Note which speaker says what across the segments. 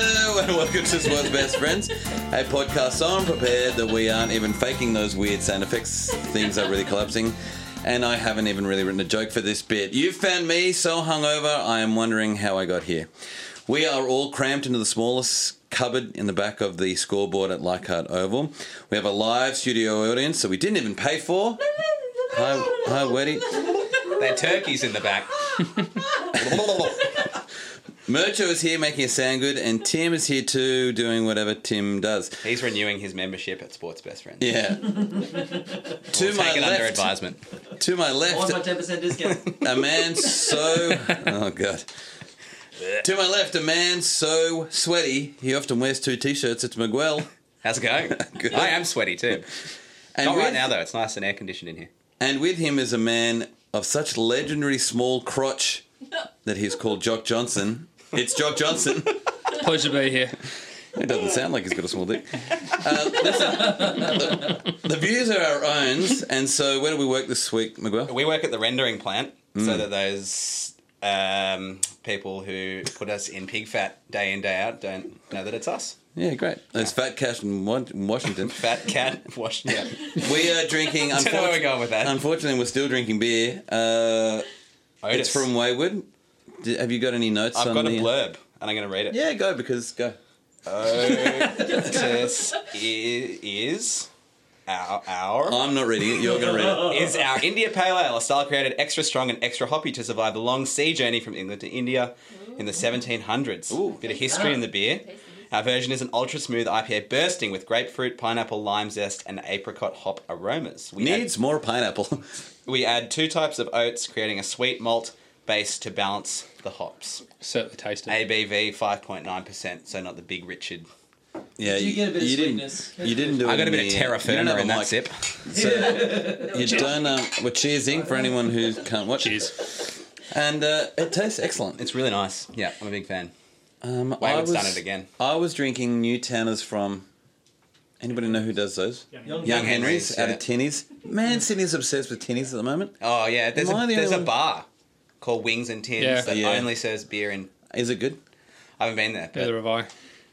Speaker 1: welcome to Swan's Best Friends, a podcast so unprepared that we aren't even faking those weird sound effects. Things are really collapsing. And I haven't even really written a joke for this bit. You found me so hungover, I am wondering how I got here. We are all cramped into the smallest cupboard in the back of the scoreboard at Leichhardt Oval. We have a live studio audience that we didn't even pay for. Hi, hi, Weddy.
Speaker 2: They're turkeys in the back.
Speaker 1: Mercho is here making it sound good, and Tim is here too doing whatever Tim does.
Speaker 2: He's renewing his membership at Sports Best Friends.
Speaker 1: Yeah. to my
Speaker 2: Take it under
Speaker 1: left,
Speaker 2: advisement.
Speaker 1: to my
Speaker 3: What's my
Speaker 1: left,
Speaker 3: ten percent discount?
Speaker 1: a man so oh god. To my left, a man so sweaty he often wears two t-shirts. It's Miguel.
Speaker 2: How's it going?
Speaker 1: Good.
Speaker 2: I am sweaty too.
Speaker 1: And
Speaker 2: Not
Speaker 1: with,
Speaker 2: right now though. It's nice and air conditioned in here.
Speaker 1: And with him is a man of such legendary small crotch that he's called Jock Johnson. It's Jock Johnson.
Speaker 4: Pleasure to be here.
Speaker 1: It doesn't sound like he's got a small dick. Uh, listen, the, the views are our own, and so where do we work this week, Miguel?
Speaker 2: We work at the rendering plant so that those um, people who put us in pig fat day in day out don't know that it's us.
Speaker 1: Yeah, great. There's Fat Cash in Wa- Washington.
Speaker 2: Fat cat wash. Yeah.
Speaker 1: We are drinking.
Speaker 2: Don't know
Speaker 1: Unfortunately,
Speaker 2: where we're going with that.
Speaker 1: unfortunately, we're still drinking beer. Uh,
Speaker 2: Otis.
Speaker 1: it's from Wayward. D have you got any notes?
Speaker 2: I've
Speaker 1: on
Speaker 2: got a
Speaker 1: the-
Speaker 2: blurb and I'm going to read it.
Speaker 1: Yeah, go because go.
Speaker 2: Otis i- is our our
Speaker 1: I'm not reading it. You're going to read it.
Speaker 2: is our India Pale Ale, a style created extra strong and extra hoppy to survive the long sea journey from England to India in the 1700s.
Speaker 1: Ooh.
Speaker 2: Bit of history in the beer. Our version is an ultra smooth IPA bursting with grapefruit, pineapple, lime zest, and apricot hop aromas. We,
Speaker 1: Needs more pineapple.
Speaker 2: add, we add two types of oats, creating a sweet malt base to balance the hops.
Speaker 4: Certainly tasted.
Speaker 2: ABV 5.9%, so not the big Richard.
Speaker 1: Yeah,
Speaker 3: Do you get a bit of
Speaker 1: you
Speaker 3: sweetness?
Speaker 1: Didn't, you didn't do.
Speaker 2: I
Speaker 1: it
Speaker 2: got a
Speaker 1: in
Speaker 2: bit
Speaker 1: the-
Speaker 2: of terra
Speaker 1: you don't have
Speaker 2: firma
Speaker 1: a
Speaker 2: in that
Speaker 1: mic.
Speaker 2: sip.
Speaker 1: You don't. Um, we're cheersing for anyone who can't watch.
Speaker 4: Cheers.
Speaker 1: And uh, it tastes excellent.
Speaker 2: It's really nice. Yeah, I'm a big fan.
Speaker 1: Um, I
Speaker 2: Wayward's
Speaker 1: was-
Speaker 2: done it again.
Speaker 1: I was drinking New Towners from. Anybody know who does those?
Speaker 3: Young,
Speaker 1: Young
Speaker 3: Henry.
Speaker 1: Henry's
Speaker 2: Henry's,
Speaker 1: out
Speaker 2: yeah.
Speaker 1: of tinnies. Man, Sydney's obsessed with tinnies at the moment.
Speaker 2: Oh yeah, there's,
Speaker 1: Am I
Speaker 2: a,
Speaker 1: the
Speaker 2: there's a
Speaker 1: only-
Speaker 2: bar called Wings and Tins
Speaker 4: Yeah.
Speaker 2: that
Speaker 1: Yeah.
Speaker 2: only serves beer and
Speaker 1: Is it good?
Speaker 2: I haven't been there. But
Speaker 4: Neither have I.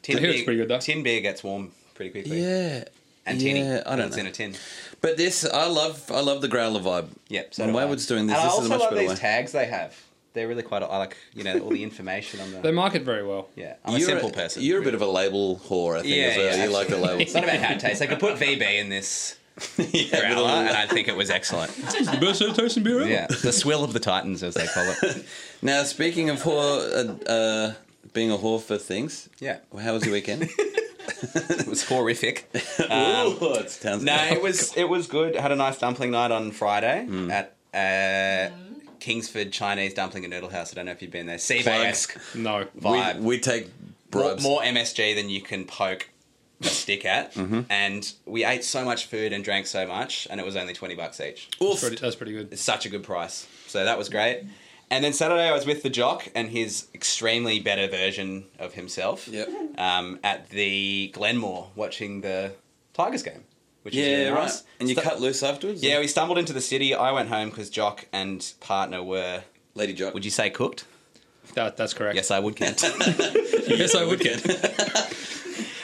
Speaker 2: tin
Speaker 4: I hear
Speaker 2: beer,
Speaker 4: it's pretty good, though.
Speaker 2: Tin beer gets warm pretty quickly.
Speaker 1: Yeah.
Speaker 2: And tinny.
Speaker 1: Yeah, I don't
Speaker 2: it's
Speaker 1: know.
Speaker 2: in a tin.
Speaker 1: But this, I love. I love the growler vibe.
Speaker 2: Yep.
Speaker 1: When
Speaker 2: do I.
Speaker 1: Wayward's doing this,
Speaker 2: And I
Speaker 1: this is a
Speaker 2: also
Speaker 1: much
Speaker 2: love
Speaker 1: better
Speaker 2: these
Speaker 1: way.
Speaker 2: tags they have. They're really quite. I like you know all the information on
Speaker 4: They
Speaker 2: the.
Speaker 4: market very well.
Speaker 2: Yeah, I'm a
Speaker 1: You're
Speaker 2: simple person.
Speaker 1: You're a bit of a label whore, I think.
Speaker 2: yeah,
Speaker 1: as well.
Speaker 2: yeah,
Speaker 1: you like the
Speaker 2: absolutely.
Speaker 1: labels.
Speaker 2: It's not about how it tastes. They could put VB in this
Speaker 1: yeah,
Speaker 2: growler,
Speaker 1: little-
Speaker 2: and I think it was excellent.
Speaker 4: It's the best tasting beer ever.
Speaker 2: Yeah, the swill of the Titans, as they call it.
Speaker 1: Now, speaking of whore, uh, uh, being a whore for things,
Speaker 2: Yeah,
Speaker 1: how was your weekend?
Speaker 2: it was horrific.
Speaker 1: Ooh, it sounds
Speaker 2: No, it was it was good. I had a nice dumpling night on Friday
Speaker 1: Hmm.
Speaker 2: at uh, Kingsford Chinese Dumpling and Noodle House. I don't know if you've been there. Seabay-esque
Speaker 4: No.
Speaker 2: vibe.
Speaker 1: We, we take
Speaker 2: more,
Speaker 1: bribes.
Speaker 2: more MSG than you can poke a stick at.
Speaker 1: Mm-hmm.
Speaker 2: And we ate so much food and drank so much, and it was only twenty bucks each.
Speaker 4: That's pretty, that's pretty good.
Speaker 2: It's such a good price. So that was great. And then Saturday I was with the jock and his extremely better version of himself
Speaker 1: Yep.
Speaker 2: um, at the Glenmore watching the Tigers game, which
Speaker 1: Yeah,
Speaker 2: is really
Speaker 1: right.
Speaker 2: nice.
Speaker 1: And you
Speaker 2: Stu-
Speaker 1: cut loose afterwards?
Speaker 2: Yeah, we stumbled into the city. I went home because Jock and partner were,
Speaker 1: Lady Jock.
Speaker 2: would you say cooked?
Speaker 4: That, that's correct.
Speaker 2: Yes, I would, Kent.
Speaker 4: Yes, I would get.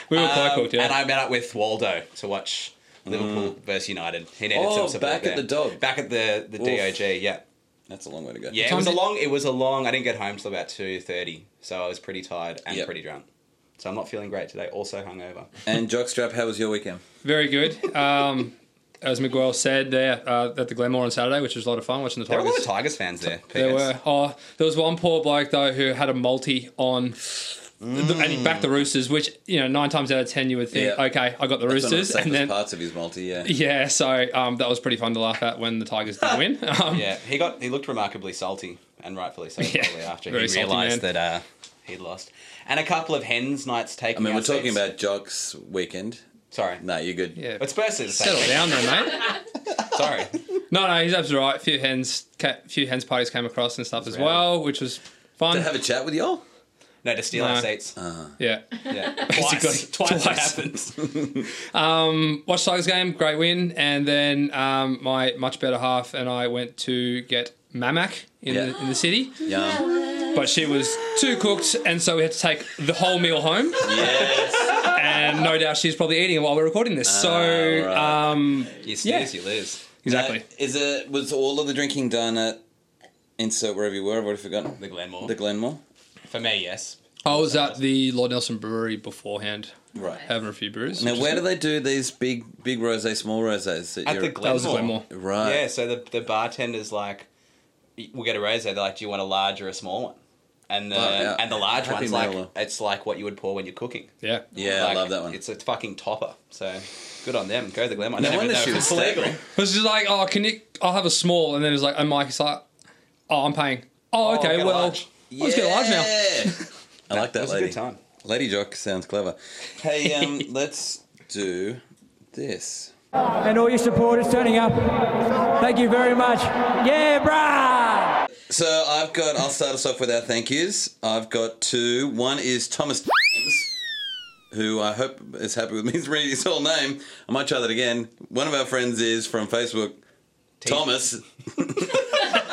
Speaker 4: we were quite cooked, yeah.
Speaker 2: Um, And I met up with Waldo to watch Liverpool versus United. He needed
Speaker 1: Oh,
Speaker 2: some support
Speaker 1: back at
Speaker 2: there.
Speaker 1: the dog.
Speaker 2: Back at the, the DOG, yeah.
Speaker 1: That's a long way to go.
Speaker 2: Yeah, it
Speaker 4: time
Speaker 2: was a
Speaker 4: did-
Speaker 2: long, it was a long, I didn't get home till about 2.30, so I was pretty tired and
Speaker 1: Yep.
Speaker 2: pretty drunk. So I'm not feeling great today, also hungover.
Speaker 1: And Jockstrap, how was your weekend?
Speaker 4: Very good. Um, as Miguel said there uh, at the Glenmore on Saturday, which was a lot of fun watching the
Speaker 2: There were a lot
Speaker 4: Tigers.
Speaker 2: of Tigers fans there.
Speaker 4: There
Speaker 2: Peters.
Speaker 4: were. Oh, there was one poor bloke though who had a multi on, the, and he
Speaker 2: Mm.
Speaker 4: backed the Roosters, which you know nine times out of ten you would think,
Speaker 1: Yeah.
Speaker 4: okay, I got the
Speaker 1: That's one of the
Speaker 4: Roosters,
Speaker 1: safest
Speaker 4: and then
Speaker 1: parts of his multi, yeah.
Speaker 4: yeah, so um, that was pretty fun to laugh at when the Tigers did win. Um,
Speaker 2: Yeah, he got he looked remarkably salty, and rightfully so.
Speaker 4: Yeah,
Speaker 2: Probably after he
Speaker 4: very salty
Speaker 2: realised
Speaker 4: man.
Speaker 2: that uh, he'd lost, and a couple of hens nights
Speaker 1: I
Speaker 2: taken.
Speaker 1: mean,
Speaker 2: our
Speaker 1: we're talking
Speaker 2: seats.
Speaker 1: about Jock's weekend.
Speaker 2: sorry.
Speaker 1: No, you're good.
Speaker 4: yeah.
Speaker 2: But Spurs is the same
Speaker 4: Settle
Speaker 2: thing.
Speaker 4: down there, mate.
Speaker 2: Sorry,
Speaker 4: No, no, he's absolutely right. A few hens, ca- few hens parties came across and stuff as
Speaker 2: Really?
Speaker 4: well, which was fun.
Speaker 1: To have a chat with y'all?
Speaker 2: no, to steal
Speaker 4: No.
Speaker 2: our seats.
Speaker 1: Uh.
Speaker 4: yeah,
Speaker 2: yeah,
Speaker 4: Basically,
Speaker 2: twice, twice, it
Speaker 4: twice.
Speaker 2: happens.
Speaker 4: watched Tigers game, great win, and then um, my much better half and I went to get mamak in,
Speaker 1: Yeah.
Speaker 4: the, in the city.
Speaker 1: Yum.
Speaker 4: But but she was too cooked, and so we had to take the whole meal home.
Speaker 1: Yes.
Speaker 4: And no doubt she's probably eating it while we're recording this. so,
Speaker 1: Ah, right.
Speaker 4: um,
Speaker 2: You snooze,
Speaker 4: Yeah.
Speaker 2: you lose.
Speaker 4: exactly.
Speaker 1: Uh, is it was all of the drinking done at insert wherever you were? I've already forgotten.
Speaker 2: The Glenmore.
Speaker 1: The Glenmore.
Speaker 2: For me, yes.
Speaker 4: I was at the Lord Nelson Brewery beforehand,
Speaker 1: Right.
Speaker 4: having a few brews.
Speaker 1: Now, where do they do these big, big rosé, small rosés? that
Speaker 2: At the
Speaker 1: you're-
Speaker 2: Glenmore.
Speaker 4: that was Glenmore.
Speaker 1: Right.
Speaker 2: Yeah, so the, the bartender's like, we'll get a rose. They're like, do you want a large or a small one? And the
Speaker 1: Oh, yeah.
Speaker 2: and the large
Speaker 1: Happy
Speaker 2: one's
Speaker 1: meal.
Speaker 2: like, it's like what you would pour when you're cooking.
Speaker 4: Yeah.
Speaker 1: Yeah, I
Speaker 2: Like,
Speaker 1: love that one.
Speaker 2: It's a fucking topper. So good on them. Go to the Glenmore. I
Speaker 1: No
Speaker 2: don't even
Speaker 1: wonder
Speaker 2: know
Speaker 1: she
Speaker 2: if
Speaker 1: was
Speaker 2: it's legal.
Speaker 1: staggering.
Speaker 4: It was just like, oh, can you? I'll have a small, and then it's like, and Mike's like, oh, I'm paying. Oh,
Speaker 2: Oh,
Speaker 4: okay,
Speaker 2: get a
Speaker 4: well,
Speaker 2: large.
Speaker 4: let's get a large now.
Speaker 1: I like
Speaker 2: It
Speaker 1: that
Speaker 2: was a
Speaker 1: lady.
Speaker 2: good time.
Speaker 1: Lady Jock sounds clever. Hey, um, let's do this.
Speaker 3: and all your supporters turning up. Thank you very much. Yeah, brah!
Speaker 1: So I've got. I'll start us off with our thank yous. I've got two. One is Thomas, who I hope is happy with me reading his whole name. I might try that again. One of our friends is from Facebook. Thomas.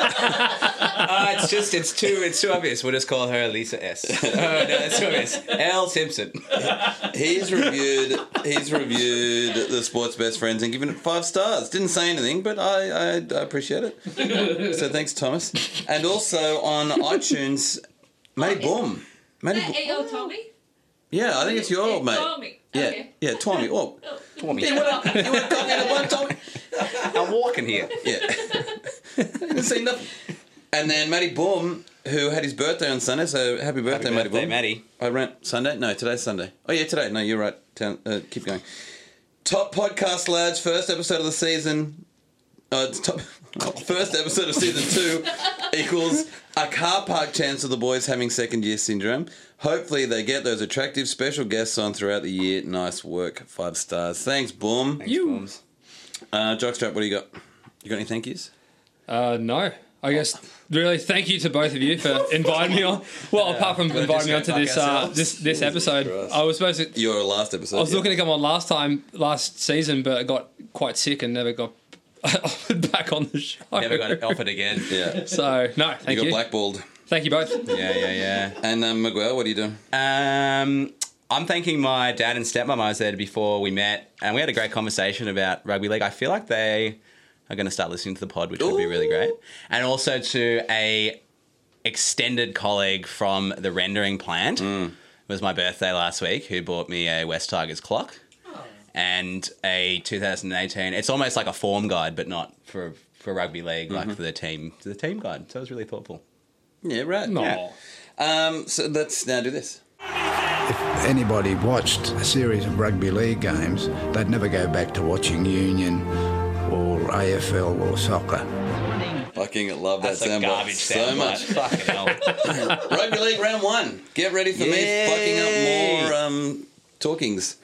Speaker 2: Uh, it's just it's too it's too obvious. We'll just call her Lisa S. oh no, that's too obvious. L Simpson.
Speaker 1: He's reviewed. He's reviewed the sports best friends and given it five stars. Didn't say anything, but I I, I appreciate it. So thanks, Thomas. And also on iTunes, Matty Boom. Matty
Speaker 5: Is that
Speaker 1: Boom.
Speaker 5: AO Tommy?
Speaker 1: Yeah, I think it's your old mate.
Speaker 5: Tommy.
Speaker 1: Yeah,
Speaker 5: Okay.
Speaker 1: yeah, Tommy. Oh,
Speaker 2: Tommy.
Speaker 1: you want to you want to come in at one, Tommy?
Speaker 2: I'm walking here.
Speaker 1: Yeah. Didn't say nothing. And then Matty Boom, who had his birthday on Sunday, so happy birthday, Matty
Speaker 2: birthday,
Speaker 1: Boom.
Speaker 2: Matty.
Speaker 1: I ran Sunday? No, today's Sunday. Oh, yeah, today. No, you're right. Town, uh, keep going. Top podcast, lads. First episode of the season. Uh, it's top, first episode of season two equals a car park chance of the boys having second year syndrome. Hopefully, they get those attractive special guests on throughout the year. Nice work. Five stars. Thanks, Boom.
Speaker 2: Thanks,
Speaker 4: You.
Speaker 2: Booms.
Speaker 1: Uh, Jockstrap, what do you got? You got any thank yous?
Speaker 4: Uh, no, I guess really thank you to both of you for inviting me on. Well, apart from
Speaker 2: we'll
Speaker 4: inviting me
Speaker 2: just
Speaker 4: onto
Speaker 2: go
Speaker 4: this
Speaker 2: fuck
Speaker 4: uh,
Speaker 2: ourselves.
Speaker 4: this this episode,
Speaker 1: Christ.
Speaker 4: I was supposed to.
Speaker 1: Your last episode.
Speaker 4: I was looking to come on last time, last season, but I got quite sick and never got offered back on the show.
Speaker 2: Never got offered again.
Speaker 1: Yeah.
Speaker 4: So no, thank
Speaker 1: You
Speaker 4: you.
Speaker 1: got blackballed.
Speaker 4: Thank you both.
Speaker 2: Yeah, yeah,
Speaker 1: And um, Miguel, what are you doing?
Speaker 2: yeah. Um, I'm thanking my dad and stepmom. I was there before we met, and we had a great conversation about rugby league. I feel like they are going to start listening to the pod, which would be really great. And also to a extended colleague from the rendering plant.
Speaker 1: Mm.
Speaker 2: It was my birthday last week, who bought me a West Tigers clock
Speaker 1: Oh.
Speaker 2: and a 2018. It's almost like a form guide, but not for for rugby league,
Speaker 1: Mm-hmm.
Speaker 2: like for the team, the team guide. So it was really thoughtful.
Speaker 1: Yeah, right.
Speaker 4: No.
Speaker 1: Um, so let's now do this.
Speaker 6: If anybody watched a series of rugby league games, they'd never go back to watching Union or AFL or soccer.
Speaker 1: Fucking love that
Speaker 2: That's a
Speaker 1: soundbite
Speaker 2: garbage
Speaker 1: so
Speaker 2: sound.
Speaker 1: much.
Speaker 2: Fucking hell.
Speaker 1: Rugby League round one. Get ready for
Speaker 2: Yay.
Speaker 1: me fucking up more um, talkings.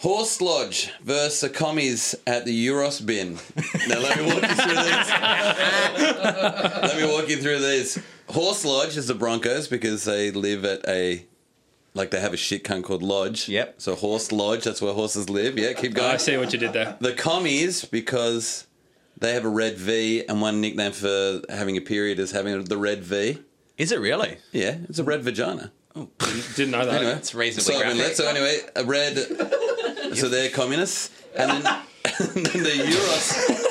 Speaker 1: Horse Lodge versus the commies at the Euros bin. Now let me walk you through these. let me walk you through these. Horse Lodge is the Broncos because they live at a like they have a shit cunt called Lodge.
Speaker 2: Yep.
Speaker 1: So Horse Lodge, that's where horses live. Yeah, keep going.
Speaker 4: I see what you did there.
Speaker 1: The commies because they have a red V and one nickname for having a period is having the red V.
Speaker 2: Is it really?
Speaker 1: Yeah, it's a red vagina. Oh,
Speaker 4: Didn't know that.
Speaker 1: anyway,
Speaker 2: It's reasonably
Speaker 1: so, I mean, that's-
Speaker 2: graphic.
Speaker 1: so anyway, a red. so they're communists, and then, and then the Euros.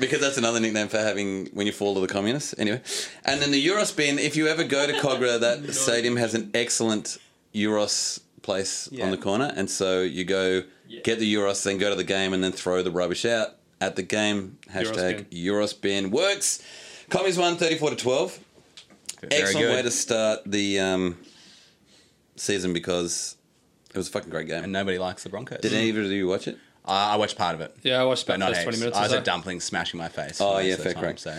Speaker 1: Because that's another nickname for having when you fall to the communists. Anyway, and then the Euros bin. If you ever go to Cogra, that stadium has an excellent Euros place on
Speaker 2: Yeah.
Speaker 1: the corner, and so you go get the Euros, then go to the game, and then throw the rubbish out at the game. Hashtag Euros bin works. Commies won thirty four to twelve. Excellent way to start the um, season because it was a fucking great game.
Speaker 2: And nobody likes the Broncos.
Speaker 1: Did either of you watch it?
Speaker 2: I I watched part of it.
Speaker 4: Yeah, I watched
Speaker 2: But not
Speaker 4: about the first
Speaker 2: heaps.
Speaker 4: twenty minutes.
Speaker 2: I
Speaker 4: Or
Speaker 2: was
Speaker 4: so.
Speaker 2: a dumpling smashing my face.
Speaker 1: Oh,
Speaker 2: most
Speaker 1: yeah,
Speaker 2: of the
Speaker 1: fair
Speaker 2: time,
Speaker 1: crack.
Speaker 2: So.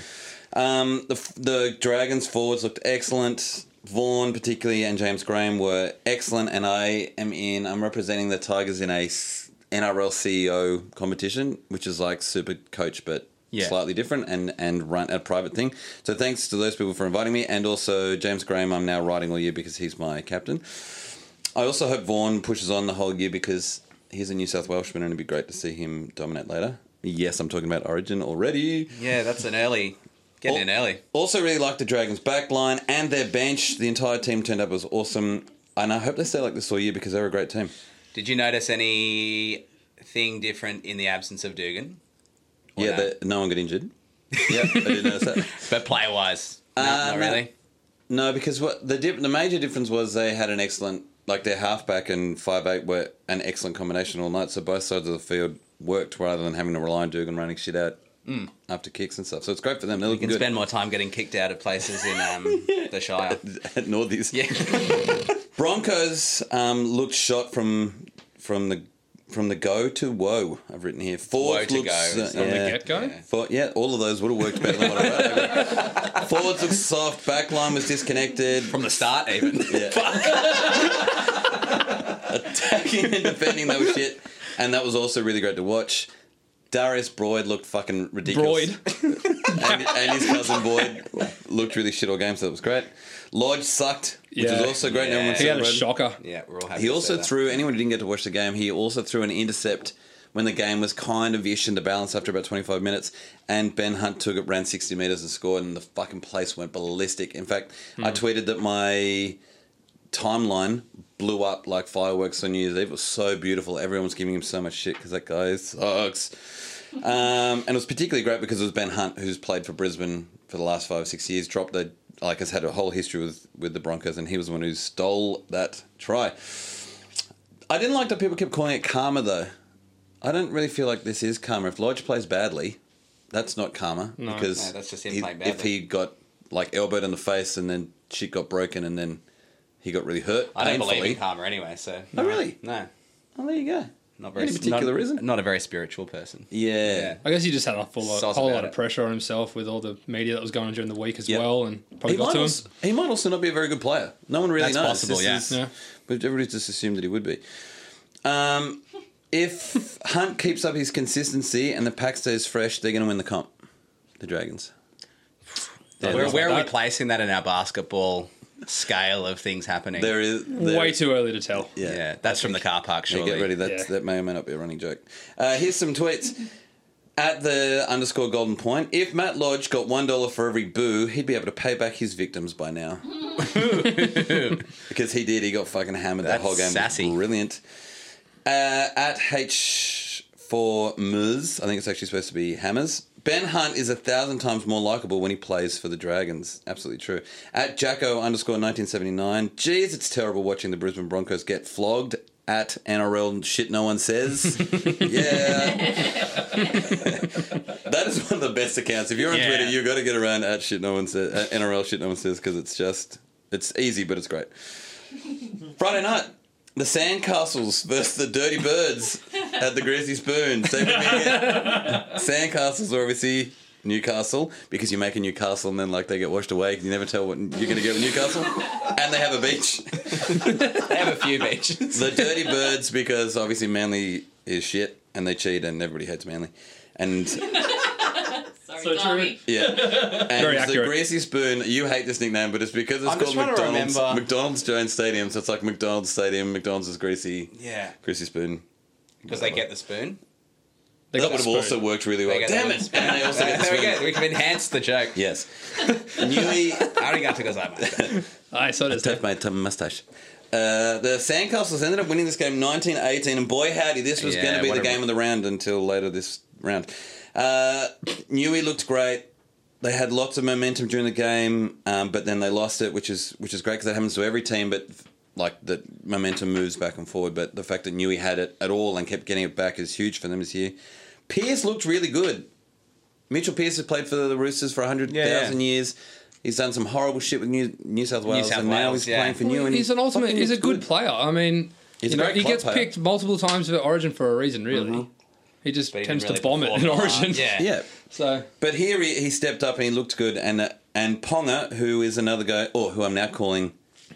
Speaker 1: Um, the the Dragons forwards looked excellent. Vaughan, particularly, and James Graham were excellent. And I am in. I'm representing the Tigers in a s- NRL CEO E competition, which is like Super Coach, but
Speaker 2: Yeah.
Speaker 1: slightly different and and run a private thing. So thanks to those people for inviting me, and also James Graham. I'm now riding all year because he's my captain. I also hope Vaughan pushes on the whole year because he's a New South Welshman, and it'd be great to see him dominate later. Yes, I'm talking about Origin already.
Speaker 2: Yeah, that's an early Getting in early.
Speaker 1: Also, really liked the Dragons' back line and their bench. The entire team turned up was awesome, and I hope they stay like this all year because they're a great team.
Speaker 2: Did you notice anything different in the absence of Dugan? Or
Speaker 1: yeah,
Speaker 2: no?
Speaker 1: they- no one got injured. yeah, I didn't notice that.
Speaker 2: But play wise, no,
Speaker 1: Uh,
Speaker 2: not
Speaker 1: no.
Speaker 2: really.
Speaker 1: No, because what the dip, the major difference was they had an excellent like their halfback and five eight were an excellent combination all night. So both sides of the field worked rather than having to rely on Dugan running shit out after kicks and stuff. So it's great for them. They're
Speaker 2: Hmm. You
Speaker 1: looking
Speaker 2: can
Speaker 1: good
Speaker 2: spend more time getting kicked out of places in um, the Shire.
Speaker 1: at Northies.
Speaker 2: Yeah.
Speaker 1: Broncos um, looked shot from from the from the go to woe. I've written here fourth
Speaker 2: Woe to
Speaker 1: looks,
Speaker 2: go, is that-
Speaker 4: From the
Speaker 1: yeah.
Speaker 4: get go?
Speaker 1: Four- yeah, all of those would have worked better than what I wrote. Forwards looked soft. Back line was disconnected.
Speaker 2: From the start, even.
Speaker 1: attacking and defending that was shit. And that was also really great to watch. Darius Broyd looked fucking ridiculous.
Speaker 4: Broyd.
Speaker 1: and, and his cousin Boyd looked really shit all game, so that was great. Lodge sucked, which
Speaker 4: Yeah.
Speaker 1: is also great.
Speaker 2: Yeah.
Speaker 1: Yeah.
Speaker 4: He had a shocker.
Speaker 2: Yeah, we're all happy.
Speaker 1: He
Speaker 2: to
Speaker 1: also
Speaker 2: say that.
Speaker 1: threw anyone who didn't get to watch the game. He also threw an intercept when the game was kind of ish in the balance after about 25 minutes, and Ben Hunt took it, ran 60 meters, and scored, and the fucking place went ballistic. In fact,
Speaker 2: Hmm.
Speaker 1: I tweeted that my timeline blew up like fireworks on New Year's Eve. It was so beautiful. Everyone was giving him so much shit because that guy sucks. Um, and it was particularly great because it was Ben Hunt, who's played for Brisbane for the last five or six years, dropped a like has had a whole history with with the Broncos, and he was the one who stole that try. I didn't like that people kept calling it karma though. I don't really feel like this is karma. If Lodge plays badly, that's not karma because
Speaker 2: no, that's just him
Speaker 1: he-
Speaker 2: playing
Speaker 1: If
Speaker 2: badly.
Speaker 1: he got like elbowed in the face and then shit got broken and then he got really hurt.
Speaker 2: I don't
Speaker 1: painfully.
Speaker 2: believe in karma anyway, so.
Speaker 1: Oh really?
Speaker 2: No.
Speaker 1: Oh, there you go.
Speaker 2: Not very
Speaker 1: Any particular
Speaker 2: not,
Speaker 1: reason?
Speaker 2: Not a very spiritual person.
Speaker 1: Yeah.
Speaker 2: Yeah.
Speaker 4: I guess he just had a full lot,
Speaker 2: Sauce
Speaker 4: whole
Speaker 2: about
Speaker 4: lot of
Speaker 2: it.
Speaker 4: pressure on himself with all the media that was going on during the week as
Speaker 1: Yep.
Speaker 4: well, and probably
Speaker 1: He
Speaker 4: got
Speaker 1: might,
Speaker 4: to him.
Speaker 1: also, he might also not be a very good player. No one really
Speaker 2: That's
Speaker 1: knows.
Speaker 2: possible, yeah.
Speaker 4: Yeah.
Speaker 1: But everybody just assumed that he would be. Um, if Hunt keeps up his consistency and the pack stays fresh, they're going to win the comp. The Dragons. They're-
Speaker 2: where where are we
Speaker 4: that.
Speaker 2: placing that in our basketball scale of things happening?
Speaker 1: There is there-
Speaker 4: Way too early to tell.
Speaker 2: yeah. that's from the car park,
Speaker 1: Yeah,
Speaker 2: surely.
Speaker 1: get ready. That's,
Speaker 4: Yeah.
Speaker 1: That may or may not be a running joke. Uh, here's some tweets. At the underscore golden point, if Matt Lodge got $1 for every boo, he'd be able to pay back his victims by now. because he did. He got fucking hammered that
Speaker 2: That's
Speaker 1: whole game. It was
Speaker 2: sassy.
Speaker 1: Brilliant. Uh, at H4 Muz, I think it's actually supposed to be Hammers. Ben Hunt is a thousand times more likable when he plays for the Dragons. Absolutely true. At Jacko underscore 1979, geez, it's terrible watching the Brisbane Broncos get flogged. At NRL shit no one says. yeah. that is one of the best accounts. If you're on
Speaker 2: Yeah.
Speaker 1: Twitter, you've got to get around at shit no one uh, says, at NRL shit no one says, because it's just, it's easy, but it's great. Friday night, the Sandcastles versus the Dirty Birds at the Greasy Spoon. Same for me again. Sandcastles are obviously Newcastle because you make a Newcastle and then like they get washed away because you never tell what you're going to get with Newcastle. And they have a beach.
Speaker 2: They have a few beaches.
Speaker 1: The Dirty Birds because obviously Manly is shit and they cheat and everybody hates Manly. And
Speaker 5: Sorry,
Speaker 4: So true.
Speaker 5: Barbie.
Speaker 1: yeah, and
Speaker 4: Very
Speaker 1: the
Speaker 4: accurate.
Speaker 1: Greasy Spoon. You hate this nickname, but it's because it's
Speaker 2: I'm just
Speaker 1: called
Speaker 2: trying to
Speaker 1: McDonald's.
Speaker 2: remember.
Speaker 1: McDonald's Jones Stadium, so it's like McDonald's Stadium. McDonald's is greasy.
Speaker 2: yeah.
Speaker 1: Greasy Spoon.
Speaker 2: Because they get the spoon.
Speaker 4: They
Speaker 1: That
Speaker 4: got
Speaker 1: would have
Speaker 4: spoon.
Speaker 1: also worked really well.
Speaker 2: They get
Speaker 1: Damn
Speaker 2: the
Speaker 1: it!
Speaker 2: spoon.
Speaker 1: And they also get the
Speaker 2: there we
Speaker 1: spoon.
Speaker 2: go. We can enhance the joke.
Speaker 1: Yes. Newly
Speaker 2: Arigato gozaimasu.
Speaker 4: Aye, so does
Speaker 1: Dave
Speaker 4: that.
Speaker 1: made some mustache. Uh, the Sandcastles ended up winning this game 19-18, and boy howdy, this was
Speaker 2: Yeah,
Speaker 1: going to be the
Speaker 2: what a-
Speaker 1: game of the round until later this round. Uh, Newey looked great. They had lots of momentum during the game, um, but then they lost it, which is which is great because that happens to every team. But like the momentum moves back and forward. But the fact that Newey had it at all and kept getting it back is huge for them this year. Pierce looked really good. Mitchell Pearce has played for the Roosters for 100,000
Speaker 2: Yeah, yeah.
Speaker 1: years. He's done some horrible shit with New, New South Wales,
Speaker 2: South
Speaker 1: and now
Speaker 2: Wales,
Speaker 1: he's
Speaker 2: yeah.
Speaker 1: playing for New. And
Speaker 4: He's an ultimate.
Speaker 1: fucking
Speaker 4: He's a
Speaker 1: looks
Speaker 4: good, player. I mean,
Speaker 1: He's
Speaker 4: you
Speaker 1: a
Speaker 4: know,
Speaker 1: great
Speaker 4: he
Speaker 1: club
Speaker 4: gets
Speaker 1: player.
Speaker 4: picked multiple times for Origin for a reason. Really, he just
Speaker 2: But he
Speaker 4: tends
Speaker 2: didn't
Speaker 4: to bomb
Speaker 2: really
Speaker 4: it in
Speaker 2: perform a lot.
Speaker 4: Origin.
Speaker 2: Yeah.
Speaker 1: Yeah,
Speaker 4: So
Speaker 1: but here he, he stepped up and he looked good. And uh, and Ponga, who is another guy, or who I'm now calling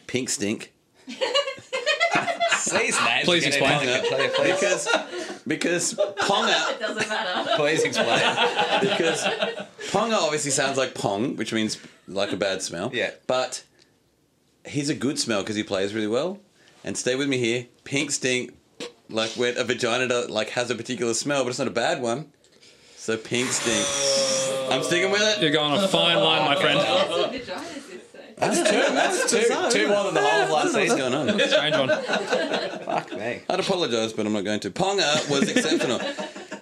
Speaker 1: Pink Stink,
Speaker 2: Please, Nate.
Speaker 4: Please
Speaker 2: get it
Speaker 4: explain.
Speaker 2: under control. Please,
Speaker 1: because because Ponga
Speaker 5: It doesn't matter.
Speaker 2: please explain.
Speaker 1: because Ponga obviously sounds like Pong, which means like a bad smell.
Speaker 2: Yeah.
Speaker 1: but he's a good smell because he plays really well. And stay with me here, Pink Stink, like when a vagina do- like has a particular smell, but it's not a bad one. So Pink Stink. I'm sticking with it.
Speaker 4: You're going on a fine line, my friend.
Speaker 5: That's what vaginas is, so.
Speaker 1: That's two. That's
Speaker 2: two- two more than the whole of last
Speaker 1: What's going on?
Speaker 4: Strange one.
Speaker 2: Fuck me.
Speaker 1: I'd apologise, but I'm not going to. Ponga was exceptional.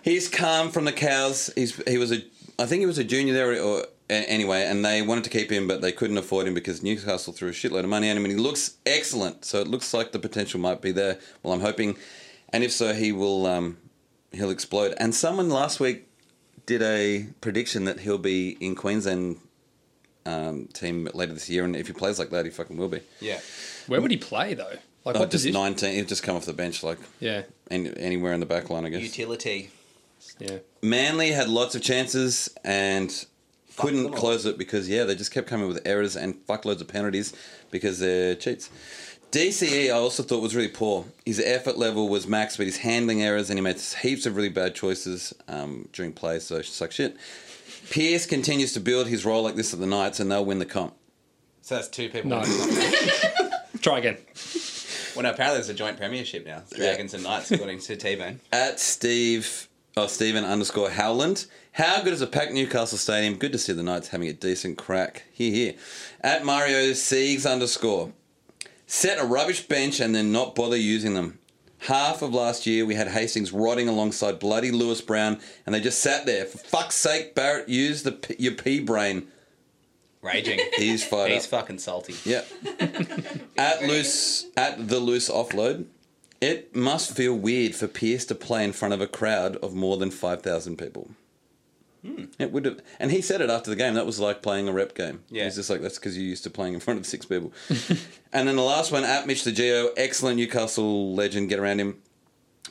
Speaker 1: He's calm from the cows. He's he was a I think he was a junior there or a- anyway, and they wanted to keep him, but they couldn't afford him because Newcastle threw a shitload of money at him, and he looks excellent. So it looks like the potential might be there. Well, I'm hoping, and if so, he will um, he'll explode. And someone last week did a prediction that he'll be in Queensland um, team later this year, and if he plays like that, he fucking will be.
Speaker 2: Yeah.
Speaker 4: Where would he play though? Like
Speaker 1: Oh,
Speaker 4: what
Speaker 1: just
Speaker 4: position?
Speaker 1: 19. He'll just come off the bench like
Speaker 4: Yeah,
Speaker 1: any, anywhere in the back line, I guess.
Speaker 2: Utility.
Speaker 4: yeah.
Speaker 1: Manly had lots of chances and couldn't
Speaker 2: them all.
Speaker 1: close it because yeah, they just kept coming with errors and fuckloads of penalties because they're cheats. DCE, I also thought was really poor. His effort level was max, but his handling errors and he made heaps of really bad choices um, during play, so suck shit. Pierce continues to build his role like this at the Knights, and they'll win the comp.
Speaker 2: So that's two people.
Speaker 4: No. Try again.
Speaker 2: Well, no, apparently there's a joint premiership now. Dragons and Knights, according to T Bone.
Speaker 1: At Steve, oh Stephen underscore Howland. How good is a packed Newcastle Stadium? Good to see the Knights having a decent crack. Here, here. At Mario Siegs underscore. Set a rubbish bench and then not bother using them. Half of last year we had Hastings rotting alongside bloody Lewis Brown, and they just sat there. For fuck's sake, Barrett, use the p- your pea brain.
Speaker 2: Raging.
Speaker 1: He's fired
Speaker 2: He's
Speaker 1: up.
Speaker 2: fucking salty.
Speaker 1: Yep. at loose at the loose offload, it must feel weird for Pierce to play in front of a crowd of more than five thousand people. It would have, and he said it after the game. That was like playing a rep game.
Speaker 2: Yeah.
Speaker 1: he's just like that's because you're used to playing in front of six people. and then the last one at Mitch the Geo, excellent Newcastle legend. Get around him.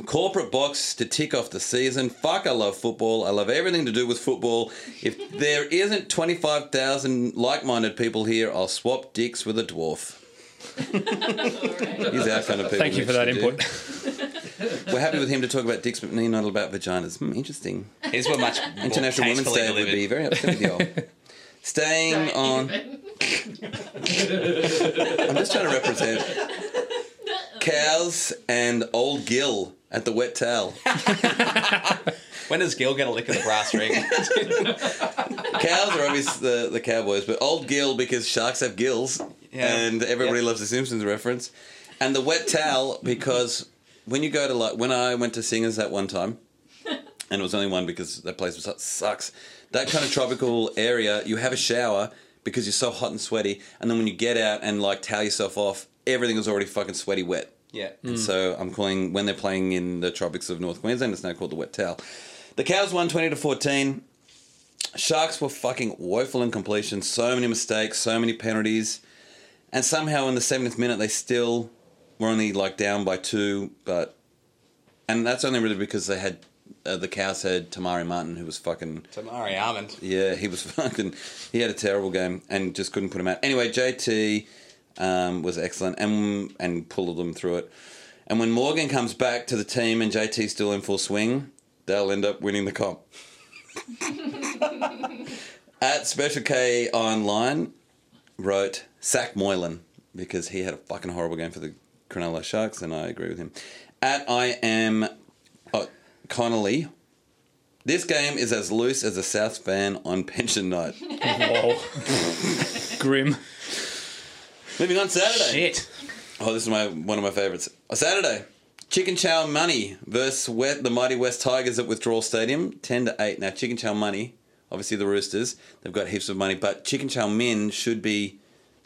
Speaker 1: Corporate box to tick off the season. Fuck, I love football. I love everything to do with football. If there isn't 25,000 like minded people here, I'll swap dicks with a dwarf. He's our kind of people.
Speaker 4: Thank you for that
Speaker 1: Mitch,
Speaker 4: input.
Speaker 1: dude. We're happy with him to talk about dicks, but not about vaginas. Hmm, interesting.
Speaker 2: Here's what much
Speaker 1: International
Speaker 2: more
Speaker 1: Women's
Speaker 2: tastefully
Speaker 1: Day would be
Speaker 2: delivered.
Speaker 1: very upset with y'all. Staying
Speaker 5: Don't
Speaker 1: on.
Speaker 5: even.
Speaker 1: I'm just trying to represent cows and old Gill at the wet towel.
Speaker 2: When does Gil get a lick of the brass ring?
Speaker 1: Cows are obviously the, the cowboys, but old gill because sharks have gills,
Speaker 2: Yeah.
Speaker 1: and everybody
Speaker 2: Yeah.
Speaker 1: loves the Simpsons reference, and the wet towel because when you go to like when I went to Singers that one time, and it was only one because that place was, sucks. That kind of tropical area, you have a shower because you're so hot and sweaty, and then when you get out and like towel yourself off, everything is already fucking sweaty wet.
Speaker 2: yeah.
Speaker 1: And so I'm calling when they're playing in the tropics of North Queensland, it's now called the wet towel. The cows won 20 to 14. Sharks were fucking woeful in completion. So many mistakes, so many penalties. And somehow in the 70th minute, they still were only like down by two. But, and that's only really because they had, uh, the cows had Tamari Martin, who was fucking,
Speaker 2: Tamari Almond.
Speaker 1: yeah, he was fucking, he had a terrible game and just couldn't put him out. Anyway, JT um, was excellent and and pulled them through it. And when Morgan comes back to the team and JT's still in full swing, they'll end up winning the comp. At Special K Online wrote Sack Moylan because he had a fucking horrible game for the Cronulla Sharks, and I agree with him. At I am oh, Connolly. This game is as loose as a South fan on pension night.
Speaker 4: Whoa. Grim.
Speaker 1: Moving on Saturday.
Speaker 2: Shit.
Speaker 1: Oh, this is my one of my favorites. Uh, Saturday, Chicken Chow Money versus Wet, the mighty West Tigers at Withdrawal Stadium, ten to eight. Now, Chicken Chow Money, obviously the Roosters, they've got heaps of money, but Chicken Chow Min should be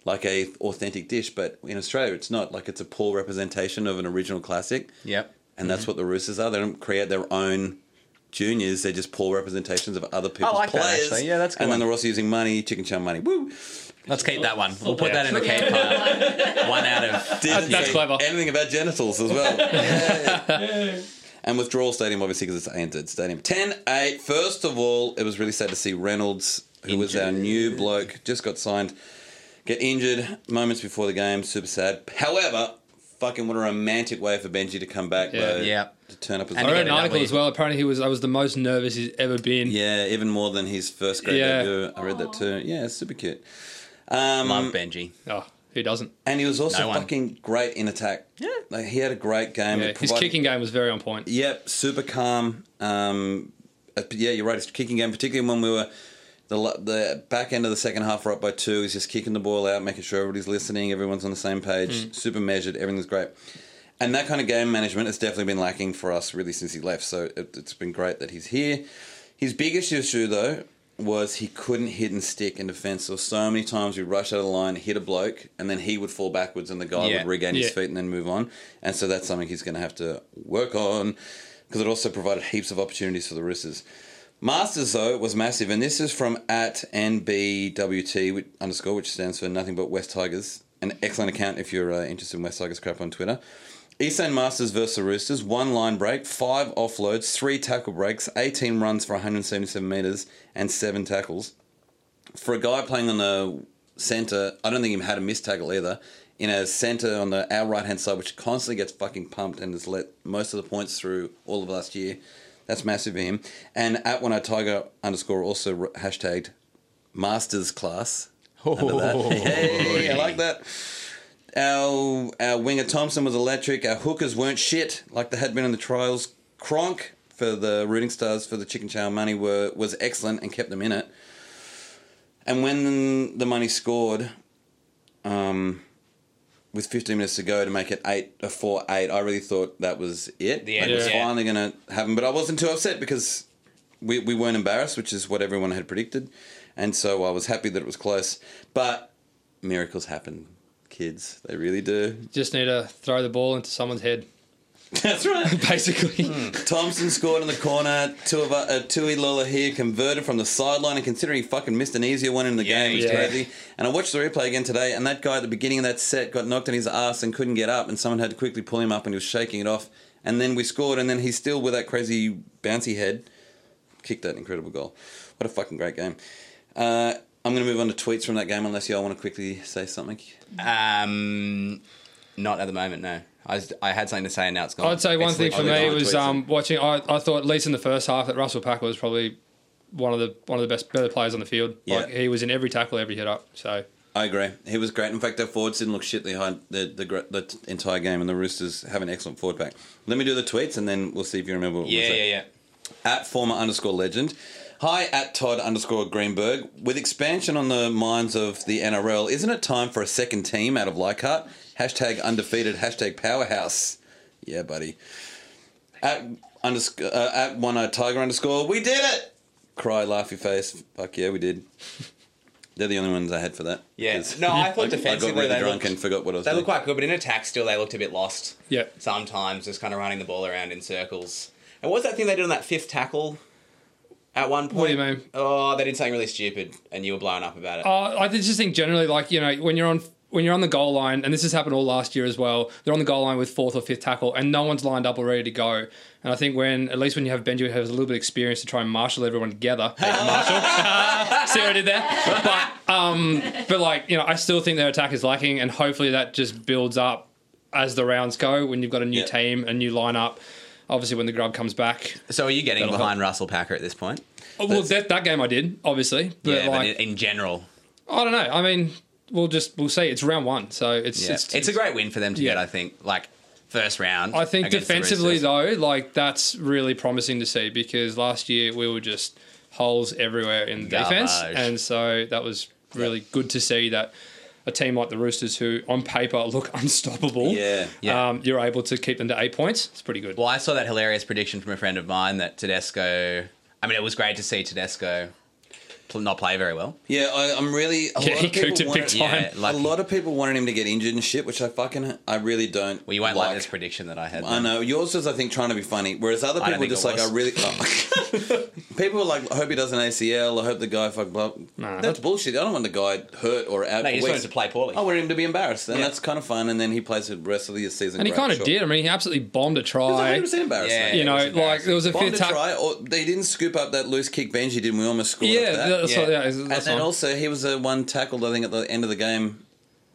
Speaker 1: like a authentic dish, but in Australia, it's not. Like it's a poor representation of an original classic,
Speaker 2: Yep.
Speaker 1: and
Speaker 2: Mm-hmm.
Speaker 1: that's what the Roosters are. They don't create their own juniors; they're just poor representations of other people's
Speaker 2: like that,
Speaker 1: players.
Speaker 2: actually. Yeah, that's a good
Speaker 1: And
Speaker 2: one.
Speaker 1: then they're also using money, Chicken Chow Money. Woo!
Speaker 2: Let's keep that one. We'll put
Speaker 4: Yeah.
Speaker 2: that in the cave pile. One out of.
Speaker 1: didn't
Speaker 4: that's
Speaker 1: say
Speaker 4: clever.
Speaker 1: Anything about genitals as well. Yay. and withdrawal stadium, obviously, because it's ANZ Stadium. 10 8. First of all, it was really sad to see Reynolds, who was our new bloke, just got signed, get injured moments before the game. Super sad. However, fucking what a romantic way for Benji to come back,
Speaker 4: Yeah.
Speaker 1: though.
Speaker 2: Yeah.
Speaker 1: To turn up as
Speaker 2: And
Speaker 4: I
Speaker 2: he
Speaker 1: a
Speaker 4: read
Speaker 2: get
Speaker 4: an
Speaker 2: it out
Speaker 4: article
Speaker 2: when
Speaker 4: as
Speaker 2: you-
Speaker 4: well. Apparently, he was. I was the most nervous he's ever been.
Speaker 1: Yeah, even more than his first grade
Speaker 4: Yeah.
Speaker 1: debut. I read that too. Yeah, it's super cute. Um,
Speaker 2: Love Benji.
Speaker 4: Oh, who doesn't?
Speaker 1: and he was also
Speaker 2: No one.
Speaker 1: fucking great in attack.
Speaker 2: Yeah.
Speaker 1: Like, he had a great game.
Speaker 4: Yeah,
Speaker 1: It
Speaker 4: his
Speaker 1: provided-
Speaker 4: kicking game was very on point.
Speaker 1: Yep, super calm. Um, uh, yeah, you're right. It's kicking game, particularly when we were The, la- the back end of the second half, we're up by two. He's just kicking the ball out, making sure everybody's listening, everyone's on the same page, super measured, everything's great. And that kind of game management has definitely been lacking for us really since he left. So it, it's been great that he's here. His biggest issue, though, was he couldn't hit and stick in defence. So, so many times we rushed out of the line, hit a bloke, and then he would fall backwards and the guy
Speaker 2: Yeah.
Speaker 1: would regain his
Speaker 4: Yeah.
Speaker 1: feet and then move on. And so that's something he's going to have to work on because it also provided heaps of opportunities for the Roosters. Masters, though, was massive. And this is from at NBWT which- underscore, which stands for nothing but West Tigers. An excellent account if you're uh, interested in West Tigers crap on Twitter. Eastern Masters versus the Roosters, one line break, five offloads, three tackle breaks, 18 runs for 177 metres, and seven tackles for a guy playing on the centre, I don't think he had a missed tackle either. In a centre on the our right hand side, which constantly gets fucking pumped and has let most of the points through all of last year. That's massive for him. And at one tiger underscore also r- hashtagged masters class. Under that. Hey, I like that. Our our winger Thompson was electric. Our hookers weren't shit like they had been in the trials. Cronk for the rooting stars for the chicken chow money were was excellent and kept them in it. And when the money scored, um, with 15 minutes to go to make it eight a four eight, I really thought that was it.
Speaker 2: The
Speaker 1: Like,
Speaker 2: end,
Speaker 1: it was
Speaker 2: yeah.
Speaker 1: finally going to happen. But I wasn't too upset because we we weren't embarrassed, which is what everyone had predicted, and so I was happy that it was close. But miracles happen, kids. They really do.
Speaker 4: Just need to throw the ball into someone's head,
Speaker 1: That's right.
Speaker 4: basically.
Speaker 1: Hmm. Thompson scored in the corner. Tua, uh, Tui Lola here converted from the sideline, and considering he fucking missed an easier one in the
Speaker 2: Yeah,
Speaker 1: game, it was
Speaker 4: yeah.
Speaker 1: crazy. And I watched the replay again today, and that guy at the beginning of that set got knocked on his ass and couldn't get up, and someone had to quickly pull him up, and he was shaking it off. And then we scored, and then he's still with that crazy bouncy head, kicked that incredible goal. What a fucking great game. Uh, I'm going to move on to tweets from that game, unless y'all want to quickly say something.
Speaker 2: Um, not at the moment. No, I, was, I had something to say, and now it's gone.
Speaker 4: I'd say one
Speaker 2: It's
Speaker 4: thing for
Speaker 2: literally
Speaker 1: I'll
Speaker 4: me
Speaker 1: go
Speaker 2: gone.
Speaker 1: on
Speaker 4: was
Speaker 1: Twitter.
Speaker 4: um, watching. I, I thought, at least in the first half, that Russell Packer was probably one of the one of the best better players on the field.
Speaker 1: Yeah.
Speaker 4: Like he was in every tackle, every hit up. So
Speaker 1: I agree. He was great. In fact, their forwards didn't look shit the, hi- the, the, gr- the t- entire game, and the Roosters have an excellent forward pack. Let me do the tweets, and then we'll see if you remember what we
Speaker 2: Yeah,
Speaker 1: said.
Speaker 2: yeah, yeah.
Speaker 1: At former underscore legend. Hi, at Todd underscore Greenberg. With expansion on the minds of the NRL, isn't it time for a second team out of Leichhardt? Hashtag undefeated, hashtag powerhouse. Yeah, buddy. At, underscore, uh, at one eyed tiger underscore, we did it! Cry, laughy face. Fuck yeah, we did. They're the only ones I had for that.
Speaker 2: Yeah.
Speaker 1: 'Cause-
Speaker 2: No, I thought
Speaker 1: I
Speaker 2: defensively
Speaker 1: got really
Speaker 2: they
Speaker 1: drunk
Speaker 2: looked,
Speaker 1: and forgot what I was
Speaker 2: they
Speaker 1: doing.
Speaker 2: looked quite good, but in attack still they looked a bit lost.
Speaker 4: yeah,
Speaker 2: Sometimes just kind of running the ball around in circles. And what was that thing they did on that fifth tackle? At one point,
Speaker 4: What do you mean?
Speaker 2: Oh, they did something really stupid, and you were blown up about it.
Speaker 4: uh, I just think generally, like you know, when you're on when you're on the goal line, and this has happened all last year as well. They're on the goal line with fourth or fifth tackle, and no one's lined up or ready to go. And I think when at least when you have Benji who has a little bit of experience to try and marshal everyone together. Hey, Marshall, see what I did there? But um, but like you know, I still think their attack is lacking, and hopefully that just builds up as the rounds go. When you've got a new
Speaker 1: Yeah.
Speaker 4: team, a new lineup. Obviously, when the grub comes back,
Speaker 2: So, are you getting
Speaker 4: That'll
Speaker 2: behind Russell Packer at this point?
Speaker 4: Oh, well, that, that game I did obviously, but
Speaker 2: yeah,
Speaker 4: like
Speaker 2: but in in general,
Speaker 4: I don't know. I mean, we'll just we'll see. It's round one, so it's
Speaker 2: yeah. it's,
Speaker 4: it's,
Speaker 2: a great win for them to
Speaker 4: Yeah.
Speaker 2: get. I think like first round.
Speaker 4: I think
Speaker 2: against the
Speaker 4: defensively
Speaker 2: Roosters.
Speaker 4: though, like that's really promising to see because last year we were just holes everywhere in the
Speaker 2: Garbage.
Speaker 4: defense, and so that was really good to see that a team like the Roosters, who on paper look unstoppable,
Speaker 1: Yeah.
Speaker 2: Yeah.
Speaker 4: Um, you're able to keep them to eight points. It's pretty good.
Speaker 2: Well, I saw that hilarious prediction from a friend of mine that Tedesco. I mean, it was great to see Tedesco pl- not play very well.
Speaker 1: Yeah, I, I'm really. A
Speaker 4: Yeah,
Speaker 1: lot
Speaker 4: he
Speaker 1: of people
Speaker 4: cooked it
Speaker 1: wanted-
Speaker 4: big time.
Speaker 2: Yeah,
Speaker 1: A
Speaker 2: lucky.
Speaker 1: lot of people wanted him to get injured and shit, which I fucking, I really don't.
Speaker 2: Well, you won't like, this prediction that I had.
Speaker 1: I know yours was, I think, trying to be funny, whereas other
Speaker 2: I don't
Speaker 1: people were
Speaker 2: think
Speaker 1: just
Speaker 2: it
Speaker 1: like, I
Speaker 2: was.
Speaker 1: really. oh. people were like, I hope he does an ACL. I hope the guy fuck blah.
Speaker 4: Nah.
Speaker 1: that's bullshit. I don't want the guy hurt or out.
Speaker 2: No, you just
Speaker 1: weeks.
Speaker 2: wanted to play poorly.
Speaker 1: I want him to be embarrassed, and
Speaker 2: Yeah.
Speaker 1: that's kind of fun. And then he plays the rest of the season.
Speaker 4: and he
Speaker 1: great,
Speaker 4: kind of
Speaker 1: sure.
Speaker 4: did. I mean, he absolutely bombed a
Speaker 1: It was
Speaker 4: try.
Speaker 1: 100% embarrassing.
Speaker 2: Yeah.
Speaker 4: You
Speaker 2: It was
Speaker 4: know, like there was a
Speaker 1: Bombed
Speaker 4: fifth
Speaker 1: a
Speaker 4: tackle.
Speaker 1: try, or they didn't scoop up that loose kick Benji did. and We almost scored.
Speaker 4: Yeah,
Speaker 1: off that.
Speaker 4: that's
Speaker 2: Yeah.
Speaker 4: what- yeah, that's
Speaker 1: And then
Speaker 4: one.
Speaker 1: also he was the one tackled I think at the end of the game,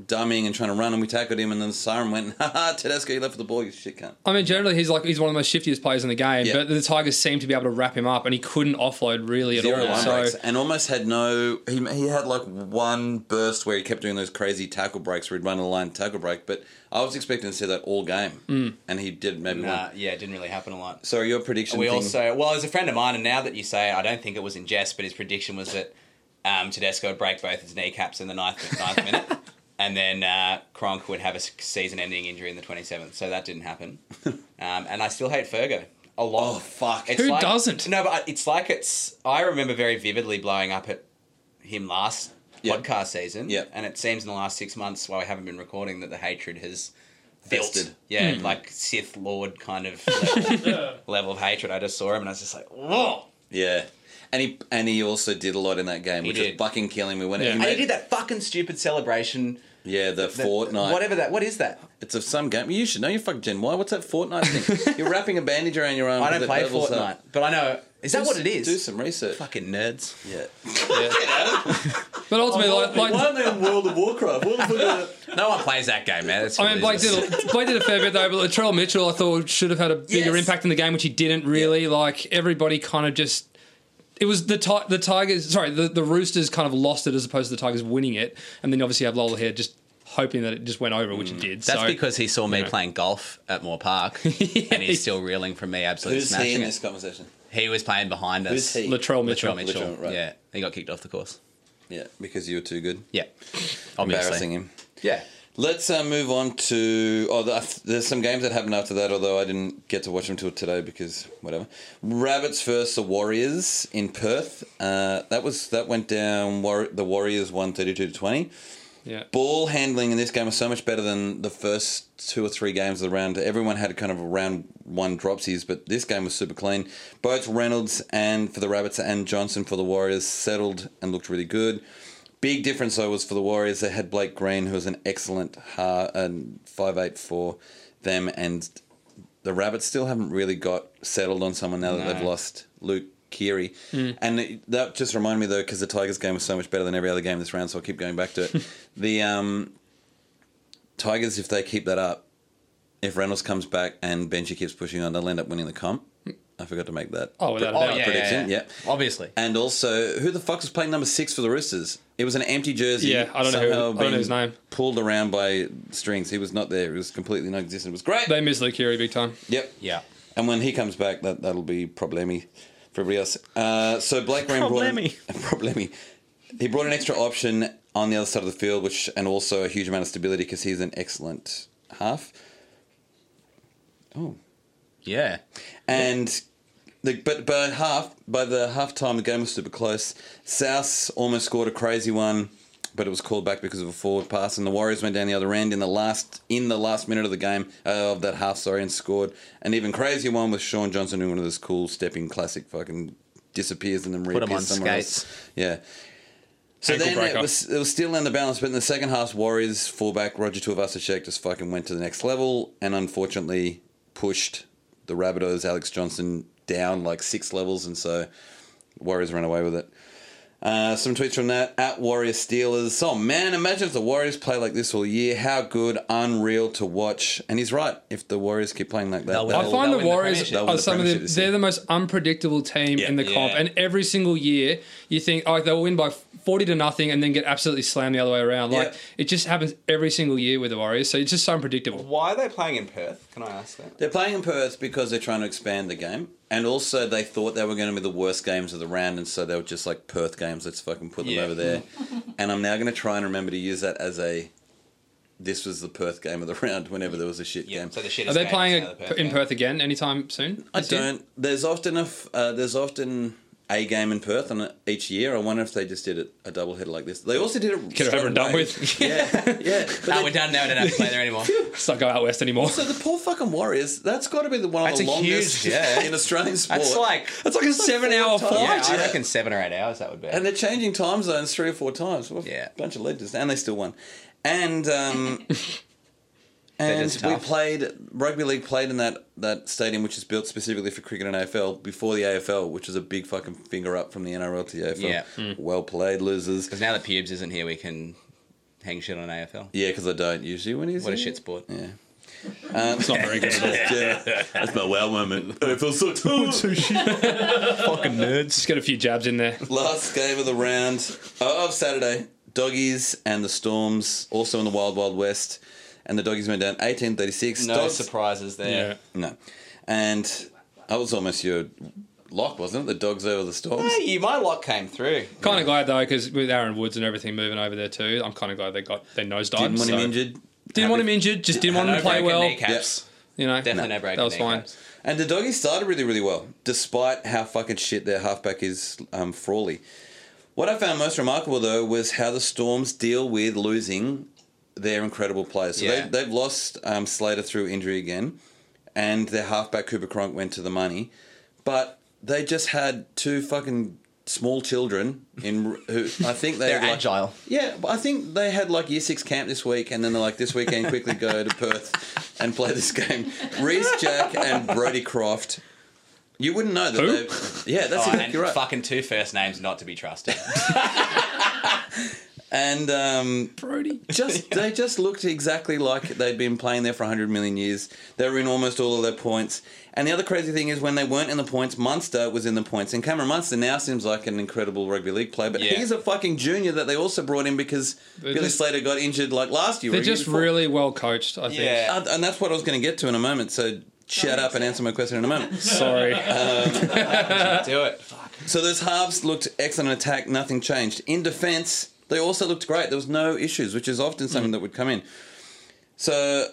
Speaker 1: dummying and trying to run, and we tackled him, and then the siren went, "Ha ha, Tedesco, you left for the ball, you shit cunt."
Speaker 4: I mean, generally he's like he's one of the most shiftiest players in the game,
Speaker 1: Yeah.
Speaker 4: but the Tigers seem to be able to wrap him up, and he couldn't offload really at
Speaker 1: Zero
Speaker 4: all.
Speaker 1: line
Speaker 4: So
Speaker 1: breaks, and almost had no. He he had like one burst where he kept doing those crazy tackle breaks where he'd run a line tackle break, but I was expecting to see that all game,
Speaker 4: Mm.
Speaker 1: and he did maybe
Speaker 2: Nah,
Speaker 1: one.
Speaker 2: yeah, it didn't really happen a lot.
Speaker 1: So your prediction?
Speaker 2: we
Speaker 1: thing-
Speaker 2: also well, as a friend of mine, and now that you say, it, I don't think it was in jest, but his prediction was that Um, Tedesco would break both his kneecaps in the ninth, ninth minute. And then uh, Kronk would have a season ending injury in the 27th. So that didn't happen. Um, and I still hate Fergo a lot.
Speaker 1: Oh, fuck.
Speaker 2: It's
Speaker 4: Who
Speaker 2: like-
Speaker 4: doesn't?
Speaker 2: No, but it's like it's. I remember very vividly blowing up at him last
Speaker 1: Yeah.
Speaker 2: podcast season.
Speaker 1: Yeah.
Speaker 2: And it seems in the last six months, while we haven't been recording, that the hatred has built.
Speaker 1: Vested.
Speaker 2: Yeah,
Speaker 4: Hmm.
Speaker 2: like Sith Lord kind of level, level of hatred. I just saw him and I was just like, whoa.
Speaker 1: Yeah. And he and he also did a lot in that game, which was
Speaker 2: did.
Speaker 1: fucking killing me when
Speaker 4: Yeah.
Speaker 1: it, he
Speaker 2: And
Speaker 1: made,
Speaker 2: he did that fucking stupid celebration.
Speaker 1: Yeah, the,
Speaker 2: that-
Speaker 1: Fortnite.
Speaker 2: Whatever that. What is that?
Speaker 1: It's of some game. You should know your fuck Gen Y. What's that Fortnite thing? You're wrapping a bandage around your arm.
Speaker 2: I
Speaker 1: 'cause
Speaker 2: don't
Speaker 1: it
Speaker 2: play
Speaker 1: levels
Speaker 2: Fortnite,
Speaker 1: up.
Speaker 2: but I know. Is that
Speaker 1: Do
Speaker 2: what
Speaker 1: s-
Speaker 2: it is?
Speaker 1: Do some research.
Speaker 2: fucking nerds.
Speaker 1: Yeah.
Speaker 4: But ultimately, like, like
Speaker 1: aren't they in World of Warcraft? What the fuck?
Speaker 2: No one plays that game, man. That's
Speaker 4: I mean, Blake
Speaker 2: losers.
Speaker 4: did, a, Blake did a fair bit though, but Latrell Mitchell I thought should have had a bigger
Speaker 1: Yes.
Speaker 4: impact in the game, which he didn't really. Like everybody kind of just. It was the ti- the Tigers, sorry, the, the Roosters kind of lost it as opposed to the Tigers winning it, and then you obviously have Lola here just hoping that it just went over, which it did.
Speaker 2: That's
Speaker 4: so.
Speaker 2: because he saw me playing golf at Moore Park, and he's still reeling from me absolutely
Speaker 1: Who's
Speaker 2: smashing
Speaker 1: he in
Speaker 2: it.
Speaker 1: this conversation?
Speaker 2: He was playing behind us.
Speaker 1: Who's he?
Speaker 4: Latrell Mitchell.
Speaker 2: Latrell Mitchell.
Speaker 1: Latrell, right.
Speaker 2: Yeah, he got kicked off the course.
Speaker 1: Yeah, because you were too good.
Speaker 2: Yeah, obviously.
Speaker 1: Embarrassing him.
Speaker 2: Yeah,
Speaker 1: Let's uh, move on to. Oh, the, there's some games that happened after that, although I didn't get to watch them till today because whatever. Rabbits versus the Warriors in Perth. Uh, that was that went down. War, the Warriors won 32 to 20.
Speaker 4: Yeah.
Speaker 1: Ball handling in this game was so much better than the first two or three games of the round. Everyone had kind of a round one dropsies, but this game was super clean. Both Reynolds and for the Rabbits and Johnson for the Warriors settled and looked really good. Big difference though was for the Warriors. They had Blake Green, who was an excellent ha- and five eight for them, and the Rabbits still haven't really got settled on someone now that they've lost Luke Keary.
Speaker 4: Hmm.
Speaker 1: And it- that just reminded me though, because the Tigers game was so much better than every other game this round, so I'll keep going back to it. the um, Tigers, if they keep that up, if Reynolds comes back and Benji keeps pushing on, they'll end up winning the comp. I forgot to make that.
Speaker 4: Oh, without a
Speaker 1: pre-
Speaker 4: doubt.
Speaker 2: yeah,
Speaker 1: prediction.
Speaker 2: yeah, yeah.
Speaker 1: yeah.
Speaker 2: Obviously.
Speaker 1: And also, who the fuck was playing number six for the Roosters? It was an empty jersey.
Speaker 4: Yeah, I don't know
Speaker 1: somehow
Speaker 4: who- I don't know
Speaker 1: being
Speaker 4: his name.
Speaker 1: Pulled around by strings. He was not there. It was completely non-existent. It was great.
Speaker 4: They miss Luke Keary big time.
Speaker 1: yep.
Speaker 2: Yeah.
Speaker 1: And when he comes back, that that'll be problemy for everybody else. Uh, so Blake Green
Speaker 2: Problemy.
Speaker 1: brought in, problemy. He brought an extra option on the other side of the field, which and also a huge amount of stability because he's an excellent half.
Speaker 2: Yeah.
Speaker 1: And the but by half by the half time the game was super close. South almost scored a crazy one, but it was called back because of a forward pass, and the Warriors went down the other end in the last in the last minute of the game uh, of that half. Sorry, and scored an even crazier one with Sean Johnson doing one of those cool stepping classic fucking disappears and then
Speaker 2: him
Speaker 1: reappears
Speaker 2: on
Speaker 1: somewhere
Speaker 2: skates.
Speaker 1: else. Yeah. So
Speaker 2: Ankle
Speaker 1: then
Speaker 2: breaker.
Speaker 1: it was it was still in the balance, but in the second half, Warriors fullback Roger Tuivasa-Sheck just fucking went to the next level and unfortunately pushed the Rabbitohs Alex Johnson down like six levels, and so Warriors ran away with it. Uh, some tweets from that at Warrior Steelers. Oh man, imagine if the Warriors play like this all year. How good, unreal to watch. And he's right. If the Warriors keep playing like that,
Speaker 2: They'll win.
Speaker 4: I
Speaker 1: they'll-
Speaker 4: find
Speaker 2: they'll win
Speaker 4: the
Speaker 2: the
Speaker 4: Warriors
Speaker 2: premiership.
Speaker 1: They'll win
Speaker 4: are
Speaker 1: the
Speaker 4: some of the,
Speaker 1: premiership this
Speaker 4: they're
Speaker 1: year.
Speaker 4: the most unpredictable team in the comp,
Speaker 2: Yeah.
Speaker 4: and every single year you think, oh, they'll win by forty to nothing, and then get absolutely slammed the other way around. Like
Speaker 1: Yeah.
Speaker 4: it just happens every single year with the Warriors, so it's just so unpredictable.
Speaker 2: Why are they playing in Perth? Can I ask that?
Speaker 1: They're playing in Perth because they're trying to expand the game. And also, they thought they were going to be the worst games of the round, and so they were just like Perth games. Let's fucking put them
Speaker 2: Yeah.
Speaker 1: over there. and I'm now going to try and remember to use that as a. This was the Perth game of the round. Whenever there was a shit
Speaker 2: Yeah.
Speaker 1: game,
Speaker 2: So the shit.
Speaker 4: Are they playing a, in Perth again anytime soon?
Speaker 1: I
Speaker 4: this year?
Speaker 1: don't. There's often a f- uh, there's often a game in Perth on a, each year. I wonder if they just did it a double header like this. They also did it.
Speaker 4: Get it
Speaker 1: straight
Speaker 4: over and done
Speaker 1: away.
Speaker 4: with.
Speaker 1: Yeah, yeah. But
Speaker 2: No,
Speaker 1: they-
Speaker 2: we're done now. We don't have to play there anymore.
Speaker 4: Let's not go out west anymore.
Speaker 1: so the poor fucking Warriors. That's got to be the one of
Speaker 2: That's
Speaker 1: the
Speaker 2: a huge-
Speaker 1: longest
Speaker 2: yeah.
Speaker 1: in Australian sport.
Speaker 2: That's like
Speaker 4: That's like a seven-hour
Speaker 1: four
Speaker 2: yeah,
Speaker 4: flight.
Speaker 2: I reckon seven or eight hours that would be.
Speaker 1: And they're changing time zones three or four times. What a
Speaker 2: Yeah.
Speaker 1: bunch of legends. And they still won. And um, and
Speaker 2: just
Speaker 1: we
Speaker 2: tough.
Speaker 1: played rugby league played in that that stadium which is built specifically for cricket and AFL before the AFL, which is a big fucking finger up from the NRL to the AFL.
Speaker 2: Yeah.
Speaker 1: Well played, losers.
Speaker 2: Because now that Pubes isn't here, we can hang shit on AFL.
Speaker 1: Yeah, because I don't usually when he's
Speaker 2: What a
Speaker 1: here.
Speaker 2: shit sport.
Speaker 1: Yeah.
Speaker 4: It's not very good.
Speaker 1: yeah. That's my wow moment. AFL sucks.
Speaker 2: Fucking nerds.
Speaker 4: Just get a few jabs in there.
Speaker 1: Last game of the round oh, of Saturday, doggies and the Storms, also in the Wild Wild West, and the doggies went down eighteen thirty six.
Speaker 2: No surprises there.
Speaker 4: Yeah.
Speaker 1: No, and I was almost your lock, wasn't it? The dogs over the storms.
Speaker 2: Hey, my lock came through.
Speaker 4: Kind of glad though, because with Aaron Woods and everything moving over there too, I'm kind of glad they got their nose dived.
Speaker 1: Didn't want him
Speaker 4: so-
Speaker 1: injured.
Speaker 4: Didn't want him
Speaker 1: Happy-
Speaker 4: injured. Just didn't want him
Speaker 2: No
Speaker 4: to play
Speaker 2: broken
Speaker 4: well.
Speaker 2: Kneecaps.
Speaker 4: You know,
Speaker 2: Definitely no breaking
Speaker 4: That was fine.
Speaker 2: kneecaps.
Speaker 1: And the doggies started really, really well, despite how fucking shit their halfback is, um, Frawley. What I found most remarkable, though, was how the Storms deal with losing their incredible players. So
Speaker 2: Yeah.
Speaker 1: they, they've lost um, Slater through injury again, and their halfback, Cooper Cronk, went to the money. But they just had two fucking small children in who I think they
Speaker 2: They're
Speaker 1: like-
Speaker 2: agile.
Speaker 1: yeah, but I think they had like year six camp this week, and then they're like this weekend quickly go to Perth and play this game. Reese Jack and Brody Croft. You wouldn't know that.
Speaker 4: Who?
Speaker 1: they Yeah, that's
Speaker 2: Oh, and
Speaker 1: exactly right.
Speaker 2: fucking two first names not to be trusted.
Speaker 1: And um,
Speaker 4: Brody.
Speaker 1: just they just looked exactly like they'd been playing there for 100 million years. They were in almost all of their points. And the other crazy thing is when they weren't in the points, Munster was in the points. And Cameron Munster now seems like an incredible rugby league player, but
Speaker 2: Yeah.
Speaker 1: he's a fucking junior that they also brought in because
Speaker 4: They're
Speaker 1: Billy
Speaker 4: just-
Speaker 1: Slater got injured like last year. or
Speaker 4: They're
Speaker 1: the year
Speaker 4: just
Speaker 1: before.
Speaker 4: really well coached, I think.
Speaker 2: Yeah.
Speaker 1: Uh, and that's what I was going to get to in a moment. So shut up and answer my question in a moment.
Speaker 4: Sorry. Uh,
Speaker 2: Do it. Fuck.
Speaker 1: so those halves looked excellent in attack. Nothing changed in defence. They also looked great. There was no issues, which is often
Speaker 2: Hmm.
Speaker 1: something that would come in. So,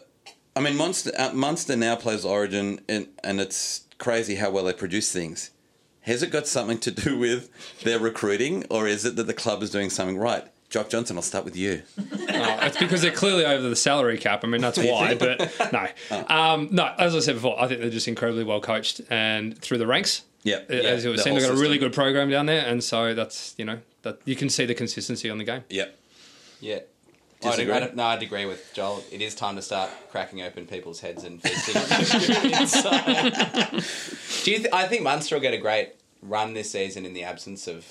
Speaker 1: I mean, Munster, uh, Munster now plays Origin, and, and it's crazy how well they produce things. Has it got something to do with their recruiting, or is it that the club is doing something right? Jock Johnson, I'll start with you.
Speaker 4: Oh, it's because they're clearly over the salary cap. I mean, that's why. But no,
Speaker 1: Oh.
Speaker 4: um, no. As I said before, I think they're just incredibly well coached and through the ranks.
Speaker 1: Yeah,
Speaker 4: a- as
Speaker 1: yeah,
Speaker 4: you were
Speaker 1: the
Speaker 4: saying,
Speaker 1: whole
Speaker 4: they've got a really
Speaker 1: system.
Speaker 4: good program down there, and so that's you know that you can see the consistency on the game.
Speaker 1: Yep.
Speaker 2: Yeah. I
Speaker 1: Disagree?
Speaker 2: agree. I don't- no, I'd agree with Joel. It is time to start cracking open people's heads and feasting on their inside. Do you? Th- I think Munster will get a great run this season in the absence of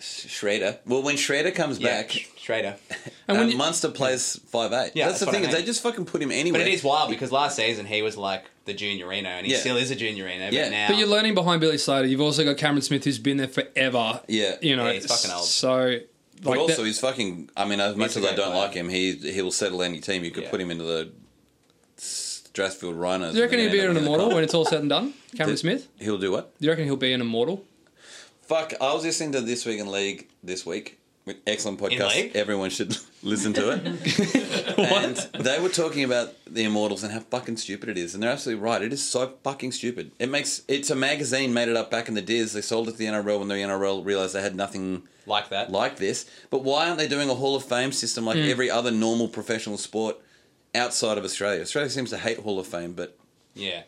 Speaker 1: Schrader. Well, when Schrader comes
Speaker 2: yeah,
Speaker 1: back,
Speaker 2: Schrader.
Speaker 1: And
Speaker 4: when
Speaker 1: when
Speaker 4: you-
Speaker 1: Munster plays five eight,
Speaker 2: Yeah,
Speaker 1: that's,
Speaker 2: that's
Speaker 1: the
Speaker 2: what
Speaker 1: thing
Speaker 2: I
Speaker 1: is they
Speaker 2: mean.
Speaker 1: just fucking put him anywhere.
Speaker 2: But it is wild because last season he was like the juniorino, and he
Speaker 1: Yeah.
Speaker 2: still is a juniorino.
Speaker 1: Yeah.
Speaker 2: But now,
Speaker 4: But you're learning behind Billy Slater. You've also got Cameron Smith, who's been there forever.
Speaker 1: Yeah.
Speaker 4: you know,
Speaker 2: Yeah, he's fucking old.
Speaker 4: So,
Speaker 1: But
Speaker 4: like,
Speaker 1: also
Speaker 4: that-
Speaker 1: he's fucking. I mean, as much
Speaker 2: He's a
Speaker 1: as I
Speaker 2: great
Speaker 1: don't
Speaker 2: player.
Speaker 1: like him, he he'll settle any team. You could
Speaker 2: Yeah.
Speaker 1: put him into the Strathfield Rhinos.
Speaker 4: do you reckon
Speaker 1: and
Speaker 4: he'll
Speaker 1: then
Speaker 4: be
Speaker 1: end up
Speaker 4: an
Speaker 1: in the
Speaker 4: immortal
Speaker 1: comp.
Speaker 4: when it's all said and done? Cameron Smith.
Speaker 1: He'll do what?
Speaker 4: Do you reckon he'll be an immortal?
Speaker 1: Fuck! I was listening to this week in league this week. Excellent podcast.
Speaker 2: League?
Speaker 1: Everyone should listen to it. and they were talking about the Immortals and how fucking stupid it is, and they're absolutely right. It is so fucking stupid. It makes it's a magazine made it up back in the days. They sold it to the NRL when the NRL realized they had nothing
Speaker 2: like that.
Speaker 1: like this. But why aren't they doing a Hall of Fame system
Speaker 4: Hmm.
Speaker 1: like every other normal professional sport outside of Australia? Australia seems to hate Hall of Fame, but
Speaker 2: yeah,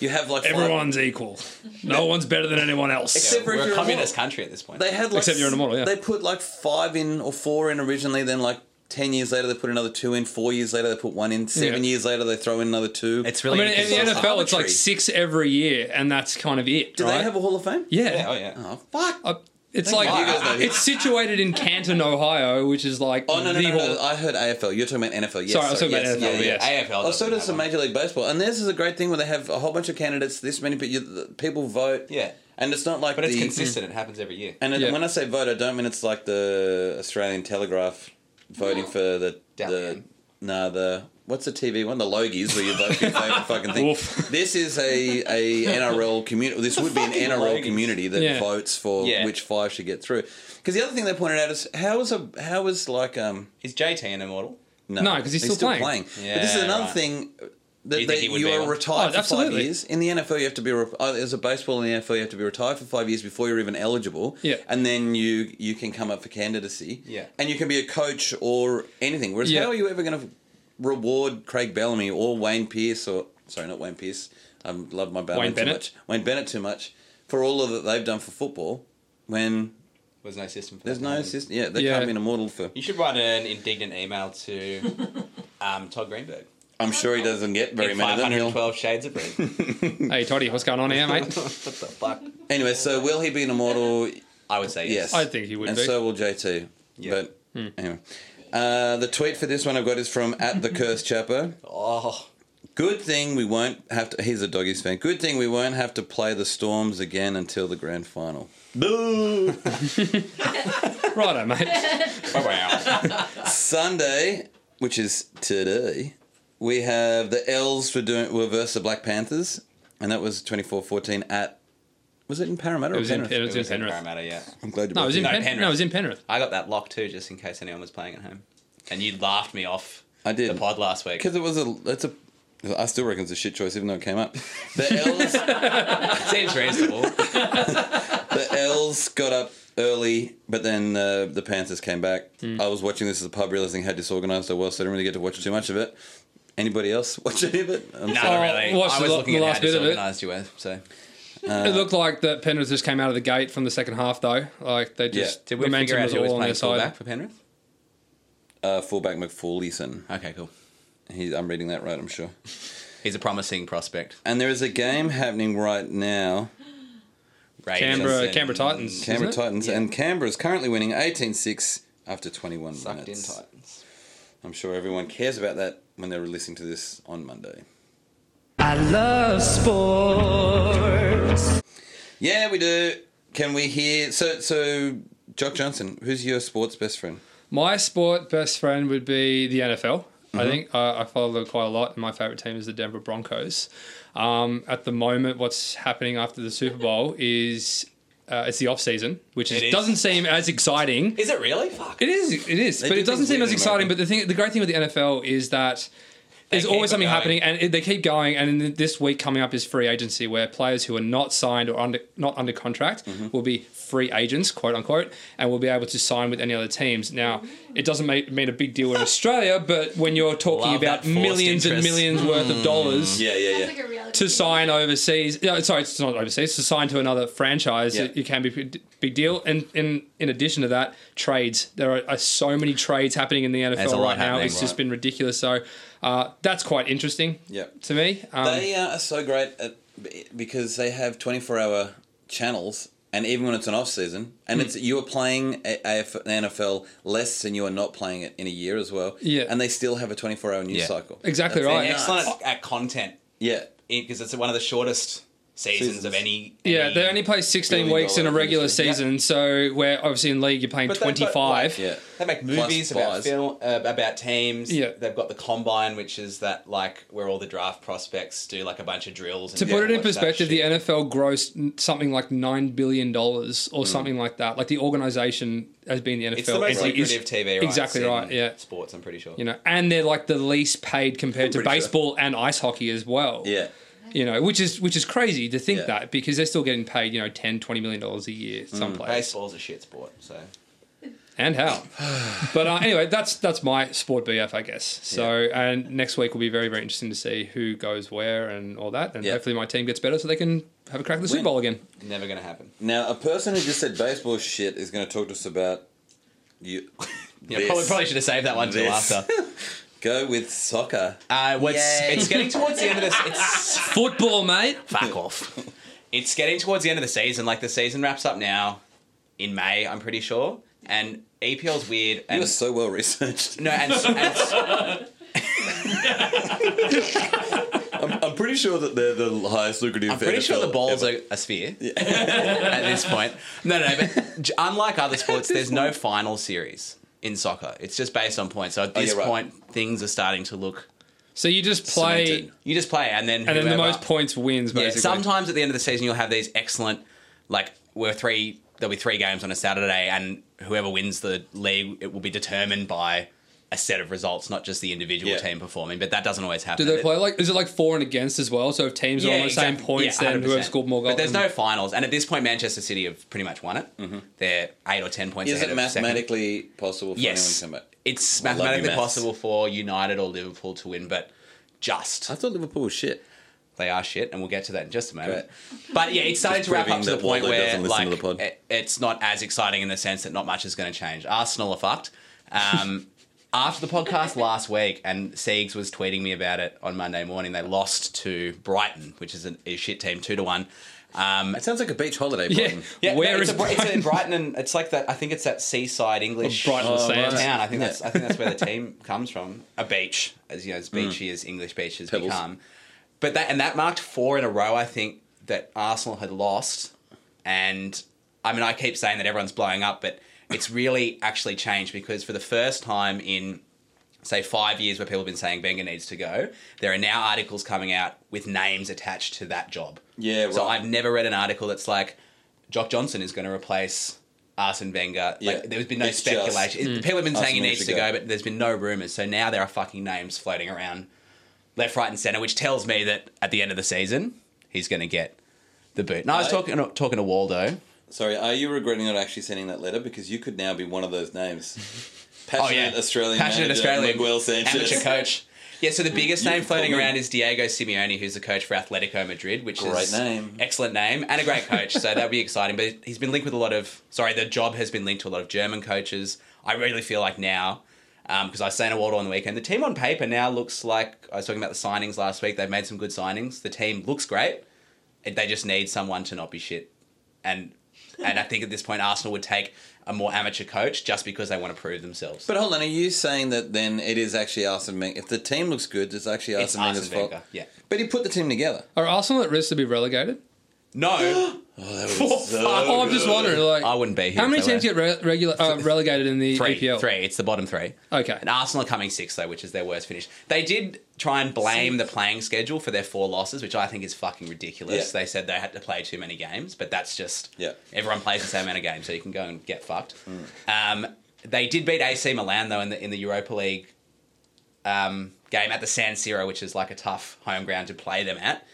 Speaker 1: you have like five-
Speaker 4: Everyone's equal. No one's better than anyone else.
Speaker 1: Except for if
Speaker 2: we're
Speaker 1: you're
Speaker 2: a
Speaker 1: a
Speaker 2: communist
Speaker 1: model.
Speaker 2: country at this point.
Speaker 1: They had like
Speaker 4: Except you're an immortal, yeah.
Speaker 1: They put like five in or four in originally, then like ten years later they put another two in. Four years later they put one in. Seven
Speaker 4: Yeah.
Speaker 1: years later they throw in another two.
Speaker 2: it's
Speaker 4: I
Speaker 2: really
Speaker 4: mean, in the
Speaker 2: inconsistent.
Speaker 4: NFL, it's
Speaker 1: arbitrary.
Speaker 4: like six every year, and that's kind of it.
Speaker 1: do
Speaker 4: right?
Speaker 1: they have a Hall of Fame?
Speaker 4: yeah.
Speaker 2: Yeah, oh yeah.
Speaker 1: Oh fuck!
Speaker 4: Uh, it's
Speaker 2: They
Speaker 4: like
Speaker 2: might. You guys
Speaker 1: know who-
Speaker 4: it's situated in Canton, Ohio, which is like
Speaker 1: Oh no no
Speaker 4: the
Speaker 1: no, no,
Speaker 4: whole-
Speaker 1: I heard AFL. You're talking about NFL. Yes,
Speaker 4: Sorry, I was talking about
Speaker 1: yes,
Speaker 4: NFL,
Speaker 1: yeah, yeah.
Speaker 4: yes.
Speaker 2: AFL.
Speaker 1: Oh, so does
Speaker 2: doesn't
Speaker 1: the
Speaker 2: have one.
Speaker 1: Major League Baseball, and this is a great thing where they have a whole bunch of candidates. This many, but you, the, people vote.
Speaker 2: Yeah.
Speaker 1: and it's not like
Speaker 2: But it's
Speaker 1: the, mm.
Speaker 2: consistent. It happens every year.
Speaker 1: And it-
Speaker 4: Yeah.
Speaker 1: when I say vote, I don't mean it's like the Australian Telegraph voting for the the
Speaker 2: Dalian.
Speaker 1: no the what's the TV one the Logies where you vote for your favorite fucking thing.
Speaker 4: Oof.
Speaker 1: This is a a NRL community. This would be an
Speaker 2: fucking
Speaker 1: NRL
Speaker 2: Logies.
Speaker 1: community that
Speaker 4: Yeah.
Speaker 1: votes for
Speaker 2: Yeah.
Speaker 1: which five should get through. Because the other thing they pointed out is how is a how is like um
Speaker 2: Is JT an immortal?
Speaker 4: No, 'cause he's still playing.
Speaker 1: but this is
Speaker 2: Yeah,
Speaker 1: another
Speaker 2: right.
Speaker 1: thing that
Speaker 2: You
Speaker 1: you, they,
Speaker 2: think he would
Speaker 1: you
Speaker 2: be
Speaker 1: are
Speaker 2: one?
Speaker 1: retired
Speaker 4: Oh,
Speaker 1: for five
Speaker 4: absolutely.
Speaker 1: years. In the NFL, you have to be re- uh, as a baseball in the NFL, you have to be retired for five years before you're even eligible.
Speaker 4: Yeah.
Speaker 1: and then you you can come up for candidacy.
Speaker 2: Yeah.
Speaker 1: and you can be a coach or anything. Whereas
Speaker 4: Yeah.
Speaker 1: how are you ever going to reward Craig Bellamy or Wayne Pierce or sorry, not Wayne Pierce. I love my Bellamy
Speaker 4: Wayne
Speaker 1: too
Speaker 4: Bennett?
Speaker 1: much. Wayne Bennett too much for all of that they've done for football. When
Speaker 2: There's no system for
Speaker 1: there's
Speaker 2: that.
Speaker 1: no system, yeah, they
Speaker 4: Yeah.
Speaker 1: can't be an immortal for.
Speaker 2: You should write an indignant email to um, Todd Greenberg.
Speaker 1: I'm sure he doesn't get very
Speaker 2: In
Speaker 1: many of them. He'll-
Speaker 2: 512 Shades of Green.
Speaker 4: Hey, Toddy, what's going on here, mate?
Speaker 2: what the fuck?
Speaker 1: Anyway, so will he be an immortal?
Speaker 2: I would say yes.
Speaker 1: Yes.
Speaker 4: I think he would
Speaker 1: and
Speaker 4: be. Hmm.
Speaker 1: so will JT.
Speaker 2: Yeah.
Speaker 1: But anyway. Uh, the tweet for this one I've got is from at the curse chapper.
Speaker 2: Oh,
Speaker 1: Good thing we won't have to. He's a doggies fan. Good thing we won't have to play the Storms again until the grand final. Boo!
Speaker 4: Righto, mate.
Speaker 2: wow, wow.
Speaker 1: Sunday, which is today, we have the L's for doing were versus the Black Panthers, and that was 24-14 at Was it in Parramatta
Speaker 4: It
Speaker 1: or
Speaker 4: was in-
Speaker 1: Penrith?
Speaker 4: it was in Penrith.
Speaker 2: Parramatta, yeah.
Speaker 1: I'm glad you
Speaker 4: No, it
Speaker 1: both
Speaker 4: was in
Speaker 1: did.
Speaker 4: Pen-
Speaker 2: Penrith.
Speaker 4: no, it was in Penrith.
Speaker 2: I got that locked too, just in case anyone was playing at home. And you laughed me off.
Speaker 1: I did.
Speaker 2: the pod last week.
Speaker 1: Because it was a. It's a. I still reckon it's a shit choice, even though it came up. The L's,
Speaker 2: Seems reasonable.
Speaker 1: the L's got up early, but then uh, the Panthers came back.
Speaker 2: Hmm.
Speaker 1: I was watching this at the pub, realizing how disorganized I was, so I didn't really get to watch too much of it. Anybody else watch any of it? I'm
Speaker 2: no,
Speaker 1: sorry.
Speaker 2: not really.
Speaker 4: watched
Speaker 2: I
Speaker 4: Oh, the
Speaker 2: was
Speaker 4: lo-
Speaker 2: looking
Speaker 4: the
Speaker 2: at
Speaker 4: last
Speaker 2: how
Speaker 4: bit of it.
Speaker 2: disorganised you were. So
Speaker 4: it looked like that Penrith just came out of the gate from the second half, though. Like they just
Speaker 1: Yeah.
Speaker 2: did
Speaker 4: the
Speaker 2: we
Speaker 4: momentum
Speaker 2: figure out
Speaker 4: was
Speaker 2: who was
Speaker 4: all on
Speaker 2: playing
Speaker 4: their side.
Speaker 2: fullback for Penrith?
Speaker 1: Uh, fullback McFawleyson.
Speaker 2: Okay, cool.
Speaker 1: He's, I'm reading that right, I'm sure.
Speaker 2: He's a promising prospect.
Speaker 1: And there is a game happening right now.
Speaker 2: Raiders
Speaker 4: Canberra,
Speaker 2: and
Speaker 4: Canberra Titans.
Speaker 1: Canberra
Speaker 4: isn't it?
Speaker 1: Titans and Canberra is currently winning 18-6 after 21
Speaker 2: Sucked in
Speaker 1: minutes.
Speaker 2: Titans.
Speaker 1: I'm sure everyone cares about that when they're listening to this on Monday.
Speaker 7: I love sports.
Speaker 1: Yeah, we do. Can we hear? So, so Jock Johnson, who's your sports best friend?
Speaker 4: My sport best friend would be the NFL. I think uh, I follow them quite a lot, and my favorite team is the Denver Broncos. Um, at the moment, what's happening after the Super Bowl is uh, it's the off season, which is,
Speaker 2: It is.
Speaker 4: doesn't seem as exciting.
Speaker 2: Is it really? Fuck.
Speaker 4: It is, it is, but
Speaker 1: do
Speaker 4: it doesn't
Speaker 1: things
Speaker 4: seem
Speaker 1: weird
Speaker 4: as
Speaker 1: in
Speaker 4: exciting.
Speaker 1: America.
Speaker 4: But the thing, the great thing with the NFL is that there's
Speaker 2: keep
Speaker 4: always
Speaker 2: it
Speaker 4: something
Speaker 2: going.
Speaker 4: happening, and it, they keep going. And then this week coming up is free agency, where players who are not signed or under not under contract
Speaker 2: Mm-hmm.
Speaker 4: will be free agents, quote unquote, and will be able to sign with any other teams. Now, it doesn't make, mean a big deal in Australia, but when you're talking
Speaker 2: Love
Speaker 4: about
Speaker 2: that forced
Speaker 4: millions and
Speaker 2: interest. Mm,
Speaker 4: millions worth of dollars,
Speaker 1: yeah,
Speaker 5: Sounds like a reality
Speaker 4: to
Speaker 5: TV.
Speaker 4: sign overseas. No, sorry, it's not overseas. To sign to another franchise,
Speaker 1: Yeah.
Speaker 4: it, it can be a big- big deal. And in in addition to that, trades. There are, are so many trades happening in the NFL
Speaker 2: There's a lot
Speaker 4: right now.
Speaker 2: happening,
Speaker 4: It's just
Speaker 1: right.
Speaker 4: been ridiculous. So uh, that's quite interesting.
Speaker 1: Yeah.
Speaker 4: to me. Um,
Speaker 1: They uh, are so great at, because they have 24-hour channels, and even when it's an off season, and it's you are playing a- AF, NFL less than you are not playing it in a year as well.
Speaker 4: Yeah.
Speaker 1: and they still have a 24-hour news
Speaker 2: Yeah.
Speaker 1: cycle.
Speaker 4: Exactly
Speaker 1: That's
Speaker 4: right.
Speaker 1: nuts.
Speaker 2: Excellent at, at content
Speaker 1: Yeah.
Speaker 2: because it's one of the shortest seasons, of any.
Speaker 4: yeah,
Speaker 2: any-
Speaker 4: they only play 16
Speaker 1: billion
Speaker 4: weeks in a
Speaker 1: dollar
Speaker 4: regular
Speaker 1: industry. Yeah.
Speaker 4: season, so where obviously in league you're playing
Speaker 2: But they've got,
Speaker 4: 25.
Speaker 2: like,
Speaker 1: Yeah.
Speaker 2: They make
Speaker 1: Plus
Speaker 2: movies about
Speaker 1: buys.
Speaker 2: film, uh, about teams.
Speaker 4: Yeah.
Speaker 2: They've got the combine, which is that like where all the draft prospects do like a bunch of drills. And
Speaker 4: To
Speaker 2: you
Speaker 4: put it in
Speaker 2: watch that
Speaker 4: perspective, the
Speaker 2: shit.
Speaker 4: NFL grossed n- something like nine billion dollars or something like that. Like the organization has been the NFL.
Speaker 2: Mm. it's the most
Speaker 4: entity is-
Speaker 2: lucrative TV. Rights
Speaker 4: Exactly
Speaker 2: in
Speaker 4: right. Yeah.
Speaker 2: sports. I'm pretty sure.
Speaker 4: you know, and they're like the least paid compared to
Speaker 1: pretty sure.
Speaker 4: baseball and ice hockey as well.
Speaker 1: Yeah.
Speaker 4: You know, which is which is crazy to think
Speaker 1: Yeah.
Speaker 4: that because they're still getting paid, you know, 10, 20 million dollars a year
Speaker 2: Mm,
Speaker 4: someplace.
Speaker 2: baseball's a shit sport. So
Speaker 4: And how. but uh, anyway, that's that's my sport BF, I guess. So and next week will be very, very interesting to see who goes where and all that. And
Speaker 1: Yeah.
Speaker 4: hopefully my team gets better so they can have a crack at
Speaker 1: Win.
Speaker 4: the Super Bowl again.
Speaker 2: never gonna happen.
Speaker 1: Now, a person who just said baseball shit is going to talk to us about you.
Speaker 2: Yeah,
Speaker 1: this.
Speaker 2: probably, probably should have saved that one till
Speaker 1: This.
Speaker 2: after.
Speaker 1: Go with soccer.
Speaker 2: Uh, what's,
Speaker 1: Yay.
Speaker 2: it's getting towards the end of this. It's
Speaker 4: Football, mate.
Speaker 2: fuck off. It's getting towards the end of the season. Like the season wraps up now in May, I'm pretty sure. And EPL's weird. And
Speaker 1: You're so well researched.
Speaker 2: no, and, and
Speaker 1: I'm pretty sure that they're the highest lucrative.
Speaker 2: I'm pretty sure the ball's a, a sphere at this point. No, no, but j- unlike other sports, there's no final series in soccer. It's just based on points. So at this
Speaker 1: you're right.
Speaker 2: point, things are starting to look.
Speaker 4: So you just play
Speaker 1: Cemented.
Speaker 2: You just play, and then
Speaker 4: and then the
Speaker 2: whoever-
Speaker 4: most points wins
Speaker 2: Yeah,
Speaker 4: basically.
Speaker 2: sometimes at the end of the season you'll have these excellent, like we're three. There'll be three games on a Saturday, and whoever wins the league, it will be determined by a set of results, not just the individual
Speaker 1: Yeah.
Speaker 2: team performing. But that doesn't always happen.
Speaker 4: Do they
Speaker 2: It-
Speaker 4: play like is it like for and against as well? So if teams are on the same
Speaker 2: exactly.
Speaker 4: points,
Speaker 2: Yeah,
Speaker 4: then
Speaker 2: 100%.
Speaker 4: whoever scored more goals.
Speaker 2: But there's no finals, and at this point, Manchester City have pretty much won it. They're eight or ten points.
Speaker 1: Mm-hmm. Is
Speaker 2: ahead
Speaker 1: it
Speaker 2: of second.
Speaker 1: mathematically possible for
Speaker 2: Yes,
Speaker 1: anyone to come back?
Speaker 2: it's
Speaker 1: love you,
Speaker 2: mathematically
Speaker 1: maths.
Speaker 2: possible for United or Liverpool to win, but just
Speaker 1: I thought Liverpool was shit.
Speaker 2: they are shit, and we'll get to that in just a moment. But yeah, it's starting
Speaker 1: Just
Speaker 2: to wrap up
Speaker 1: proving
Speaker 2: to the
Speaker 1: that
Speaker 2: point
Speaker 1: Waldo
Speaker 2: where
Speaker 1: doesn't listen
Speaker 2: like
Speaker 1: to the pod.
Speaker 2: it- it's not as exciting in the sense that not much is going to change. Arsenal are fucked. Um, after the podcast last week, and Siegs was tweeting me about it on Monday morning. They lost to Brighton, which is a, a shit team, two to one. Um,
Speaker 1: It sounds like a beach holiday.
Speaker 4: yeah.
Speaker 1: Brighton.
Speaker 2: yeah,
Speaker 4: Where
Speaker 2: no, it's,
Speaker 4: is
Speaker 2: a, Bri- it's in Brighton, and it's like that. I think it's that seaside English
Speaker 4: Brighton
Speaker 2: uh,
Speaker 4: Sands.
Speaker 2: town. I think
Speaker 1: Yeah.
Speaker 2: that's I think that's where the team comes from. A beach, as you know, as beachy as English beaches
Speaker 1: Pebbles.
Speaker 2: become. But that and that marked four in a row. I think that Arsenal had lost, and I mean, I keep saying that everyone's blowing up, but it's really actually changed because for the first time in say five years where people have been saying Wenger needs to go, there are now articles coming out with names attached to that job.
Speaker 1: Yeah,
Speaker 2: So
Speaker 1: right.
Speaker 2: I've never read an article that's like Jock Johnson is going to replace Arsene Wenger.
Speaker 1: Yeah.
Speaker 2: Like there's been no
Speaker 1: It's just-
Speaker 2: speculation. It- People have been saying he
Speaker 1: Arsene
Speaker 2: needs to go, but there's been no rumors. So now there are fucking names floating around left, right, and center, which tells me that at the end of the season he's going to get the boot. No, I was
Speaker 1: Right.
Speaker 2: talking talking to Waldo.
Speaker 1: Sorry, are you regretting not actually sending that letter because you could now be one of those names? Passionate Australian
Speaker 2: Oh, passionate
Speaker 1: manager,
Speaker 2: Australian
Speaker 1: Miguel
Speaker 2: amateur
Speaker 1: Sanchez.
Speaker 2: coach. Yeah, so the biggest
Speaker 1: You
Speaker 2: name
Speaker 1: can call
Speaker 2: floating
Speaker 1: me.
Speaker 2: around is Diego Simeone, who's the coach for Atletico Madrid, which
Speaker 1: Great
Speaker 2: is
Speaker 1: name.
Speaker 2: excellent name and a great coach. so that'll be exciting. But he's been linked with a lot of sorry, the job has been linked to a lot of German coaches. I really feel like now. um, Because I was saying to Waldo on the weekend, the team on paper now looks like I was talking about the signings last week. They've made some good signings. The team looks great. They just need someone to not be shit and and I think at this point Arsenal would take a more amateur coach just because they want to prove themselves.
Speaker 1: But hold on, are you saying that then it is actually Arsene Wenger? If the team looks good, it's actually
Speaker 2: it's
Speaker 1: Arsene Wenger's
Speaker 2: Arsene
Speaker 1: fault.
Speaker 2: Wenger, yeah.
Speaker 1: But he put the team together.
Speaker 4: Are Arsenal at risk to be relegated?
Speaker 2: No,
Speaker 4: Oh, I'm just wondering, like,
Speaker 2: I wouldn't be here.
Speaker 4: how
Speaker 2: if
Speaker 4: many
Speaker 2: they
Speaker 4: teams
Speaker 2: were.
Speaker 4: get re- regula- uh, relegated in the
Speaker 2: Three,
Speaker 4: EPL?
Speaker 2: three. It's the bottom three.
Speaker 1: Oh.
Speaker 4: Okay.
Speaker 2: And Arsenal are coming sixth though, which is their worst finish. They did try and blame the playing schedule for their four losses, which I think is fucking ridiculous.
Speaker 1: Yeah.
Speaker 2: They said they had to play too many games, but that's just
Speaker 1: Yeah.
Speaker 2: Everyone plays the same amount of games, so you can go and get fucked.
Speaker 1: Mm.
Speaker 2: Um, they did beat AC Milan though in the in the Europa League um, game at the San Siro, which is like a tough home ground to play them at.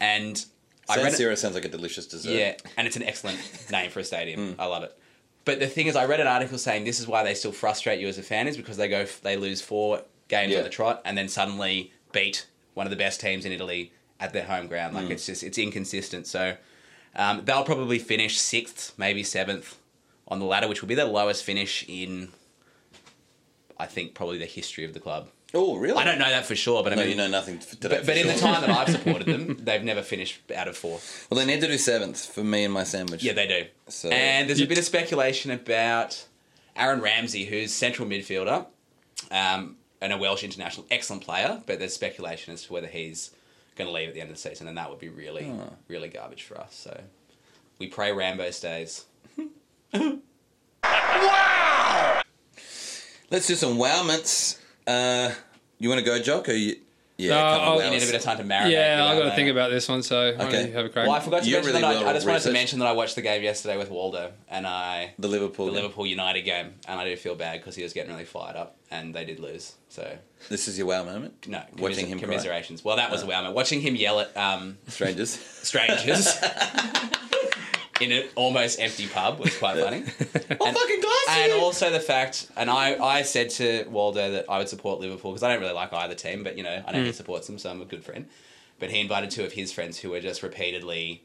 Speaker 2: And I
Speaker 1: San
Speaker 2: read it-
Speaker 1: Siro sounds like a delicious dessert.
Speaker 2: yeah, and it's an excellent name for a
Speaker 1: Mm.
Speaker 2: stadium. I love it. But the thing is, I read an article saying this is why they still frustrate you as a fan is because they go they lose four games
Speaker 1: Yeah.
Speaker 2: on the trot and then suddenly beat one of the best teams in Italy at their home ground.
Speaker 1: Mm.
Speaker 2: Like it's just it's inconsistent. So um, they'll probably finish sixth, maybe seventh on the ladder, which will be their lowest finish in. I think probably the history of the club.
Speaker 1: Oh, really?
Speaker 2: I don't know that for sure, but I
Speaker 1: No,
Speaker 2: mean,
Speaker 1: you know nothing f- today.
Speaker 2: but, but in the time that I've supported them, they've never finished out of four.
Speaker 1: Well, they need to do seventh for me and my sandwich.
Speaker 2: Yeah, they do.
Speaker 1: So-
Speaker 2: and there's a bit of speculation about Aaron Ramsey, who's central midfielder um, and a Welsh international, excellent player, but there's speculation as to whether he's going to leave at the end of the season, and that would be really, really garbage for us. So we pray Rambo stays.
Speaker 1: Let's do some wowments. Uh, you want to go, Jock? Or you? Yeah,
Speaker 4: Uh,
Speaker 1: come on,
Speaker 4: I'll-
Speaker 1: wow
Speaker 2: You need a
Speaker 1: us.
Speaker 2: bit of time to marinate.
Speaker 4: Yeah,
Speaker 2: with
Speaker 4: I've got to
Speaker 2: that,
Speaker 4: think
Speaker 2: mate.
Speaker 4: about this one, so why don't
Speaker 1: Okay.
Speaker 4: you have a crack?
Speaker 2: Well, I forgot to
Speaker 1: You're
Speaker 2: mention
Speaker 1: really
Speaker 2: that I, I
Speaker 1: well
Speaker 2: just wanted to
Speaker 1: researched.
Speaker 2: mention that I watched the game yesterday with Waldo, and I
Speaker 1: the Liverpool.
Speaker 2: the
Speaker 1: game.
Speaker 2: Liverpool United game, and I do feel bad because he was getting really fired up, and they did lose. So
Speaker 1: This is your wow moment.
Speaker 2: No,
Speaker 1: watching
Speaker 2: commiser-
Speaker 1: him cry.
Speaker 2: commiserations. Well, that was a wow moment. Watching him yell at um,
Speaker 1: Strangers.
Speaker 2: strangers in an almost empty pub was quite funny. and, and also the fact, and I, I said to Waldo that I would support Liverpool because I don't really like either team, but you know I know he supports them, so I'm a good friend. But he invited two of his friends who were just repeatedly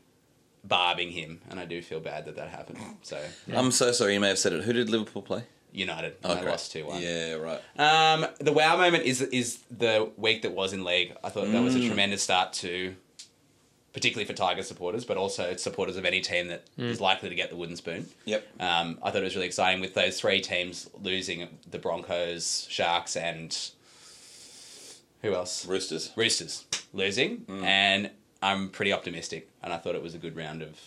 Speaker 2: barbing him, and I do feel bad that that happened. So
Speaker 1: I'm so sorry. You may have said it. Who did Liverpool play?
Speaker 2: United,
Speaker 1: Oh,
Speaker 2: and they
Speaker 1: great.
Speaker 2: lost two one.
Speaker 1: Yeah, right.
Speaker 2: Um, the wow moment is is the week that was in league. I thought that was
Speaker 1: Mm.
Speaker 2: a tremendous start to, particularly for Tiger supporters, but also supporters of any team that
Speaker 1: Mm.
Speaker 2: is likely to get the wooden spoon.
Speaker 1: Yep.
Speaker 2: Um, I thought it was really exciting with those three teams losing the Broncos, Sharks, and who else?
Speaker 1: Roosters. Mm.
Speaker 2: Roosters losing, and I'm pretty optimistic. And I thought it was a good round of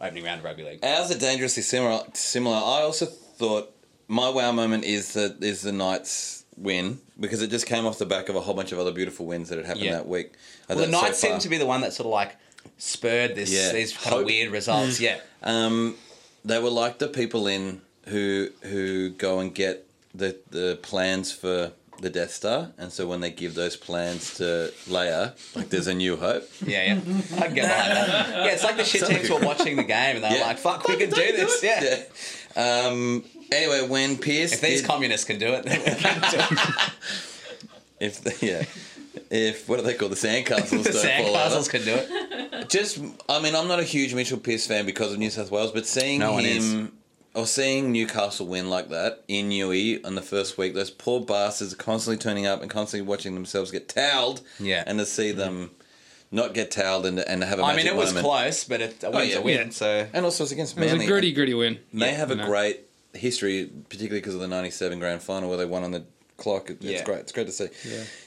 Speaker 2: opening round of rugby league.
Speaker 1: Ours are dangerously similar. Similar. I also thought my wow moment is the is the Knights win because it just came off the back of a whole bunch of other beautiful wins that had happened
Speaker 2: Yeah.
Speaker 1: that week.
Speaker 2: Well, the Knights seem to be the one that sort of like spurred this
Speaker 1: Yeah.
Speaker 2: these kind of
Speaker 1: Hope. Mm.
Speaker 2: weird results. yeah.
Speaker 1: they were like the people in who who go and get the the plans for the Death Star, and so when they give those plans to Leia, like there's a new hope.
Speaker 2: Yeah, yeah. I can get behind that. Yeah, it's like the shit teams were watching the game and they're
Speaker 1: Yeah.
Speaker 2: like, fuck, we can do this. Yeah.
Speaker 1: Um. Anyway, when Pierce
Speaker 2: If these
Speaker 1: did-
Speaker 2: communists can do it, then we can do it.
Speaker 1: if yeah. If what do they call the sandcastles?
Speaker 2: the
Speaker 1: don't fall over.
Speaker 2: sandcastles can do it.
Speaker 1: Just, I mean, I'm not a huge Mitchell Pearce fan because of New South Wales, but seeing
Speaker 2: No one
Speaker 1: him or seeing Newcastle win like that in Newey on the first week, those poor bastards are constantly turning up and constantly watching themselves get towelled.
Speaker 2: Yeah.
Speaker 1: and to see them not get towelled and and have a
Speaker 2: I mean,
Speaker 1: magic
Speaker 2: it was
Speaker 1: moment.
Speaker 2: close, but it, a win's
Speaker 1: yeah.
Speaker 2: a win.
Speaker 4: Yeah.
Speaker 2: So
Speaker 1: And also, it's against
Speaker 4: it was
Speaker 1: Manly.
Speaker 4: a gritty, gritty win.
Speaker 1: And They have a
Speaker 4: No.
Speaker 1: great history, particularly because of the '97 Grand Final where they won on the clock. It- It's
Speaker 2: Yeah.
Speaker 1: great. It's great to see.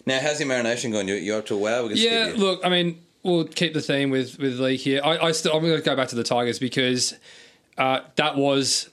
Speaker 1: Now, how's your marination going? You you up to a wow? We're gonna
Speaker 4: Yeah,
Speaker 1: skip you.
Speaker 4: look, I mean, we'll keep the theme with with league here. I, I still, I'm going to go back to the Tigers because uh, that was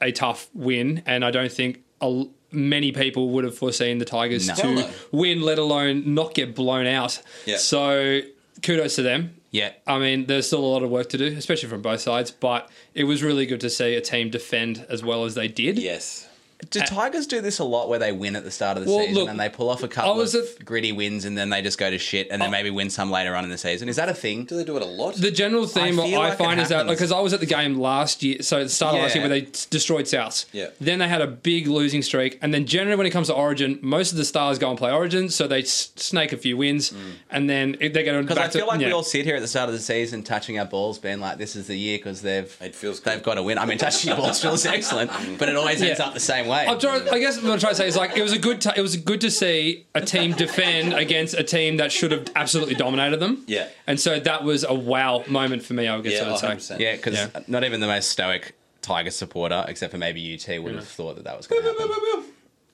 Speaker 4: a tough win, and I don't think a, many people would have foreseen the Tigers
Speaker 2: No.
Speaker 4: to
Speaker 1: Hell no.
Speaker 4: win, let alone not get blown out.
Speaker 1: Yeah.
Speaker 4: So kudos to them.
Speaker 2: Yeah.
Speaker 4: I mean, there's still a lot of work to do, especially from both sides, but it was really good to see a team defend as well as they did.
Speaker 1: Yes.
Speaker 2: Do Tigers do this a lot where they win at the start of the
Speaker 4: Well,
Speaker 2: season
Speaker 4: look,
Speaker 2: and they pull off a couple
Speaker 4: I was
Speaker 2: of
Speaker 4: at-
Speaker 2: gritty wins and then they just go to shit and then maybe win some later on in the season? Is that a thing?
Speaker 1: Do they do it a lot?
Speaker 4: The general theme I,
Speaker 2: feel like it
Speaker 4: find is that
Speaker 2: happens.
Speaker 4: because I was at the game last year, so at the start of last
Speaker 2: Yeah.
Speaker 4: year where they s- destroyed Souths.
Speaker 1: Yeah.
Speaker 4: Then they had a big losing streak, and then generally when it comes to Origin, most of the stars go and play Origin, so they s- snake a few wins, and then it- they go back
Speaker 2: Mm. Because I
Speaker 4: to.
Speaker 2: feel like we
Speaker 4: yeah.
Speaker 2: all sit here at the start of the season touching our balls, being like, "This is the year" because they've
Speaker 1: It feels
Speaker 2: they've
Speaker 1: good.
Speaker 2: got to win. I mean, touching your balls feels excellent, but it always ends
Speaker 4: Yeah.
Speaker 2: up the same way.
Speaker 4: I'm trying, I guess what I'm trying to say is like it was a good. T- it was good to see a team defend against a team that should have absolutely dominated them.
Speaker 1: Yeah.
Speaker 4: And so that was a wow moment for me. I guess
Speaker 1: yeah,
Speaker 4: I would
Speaker 1: 100%.
Speaker 4: say.
Speaker 2: yeah, because
Speaker 4: Yeah.
Speaker 2: not even the most stoic Tiger supporter, except for maybe UT, would have thought that that was going to happen.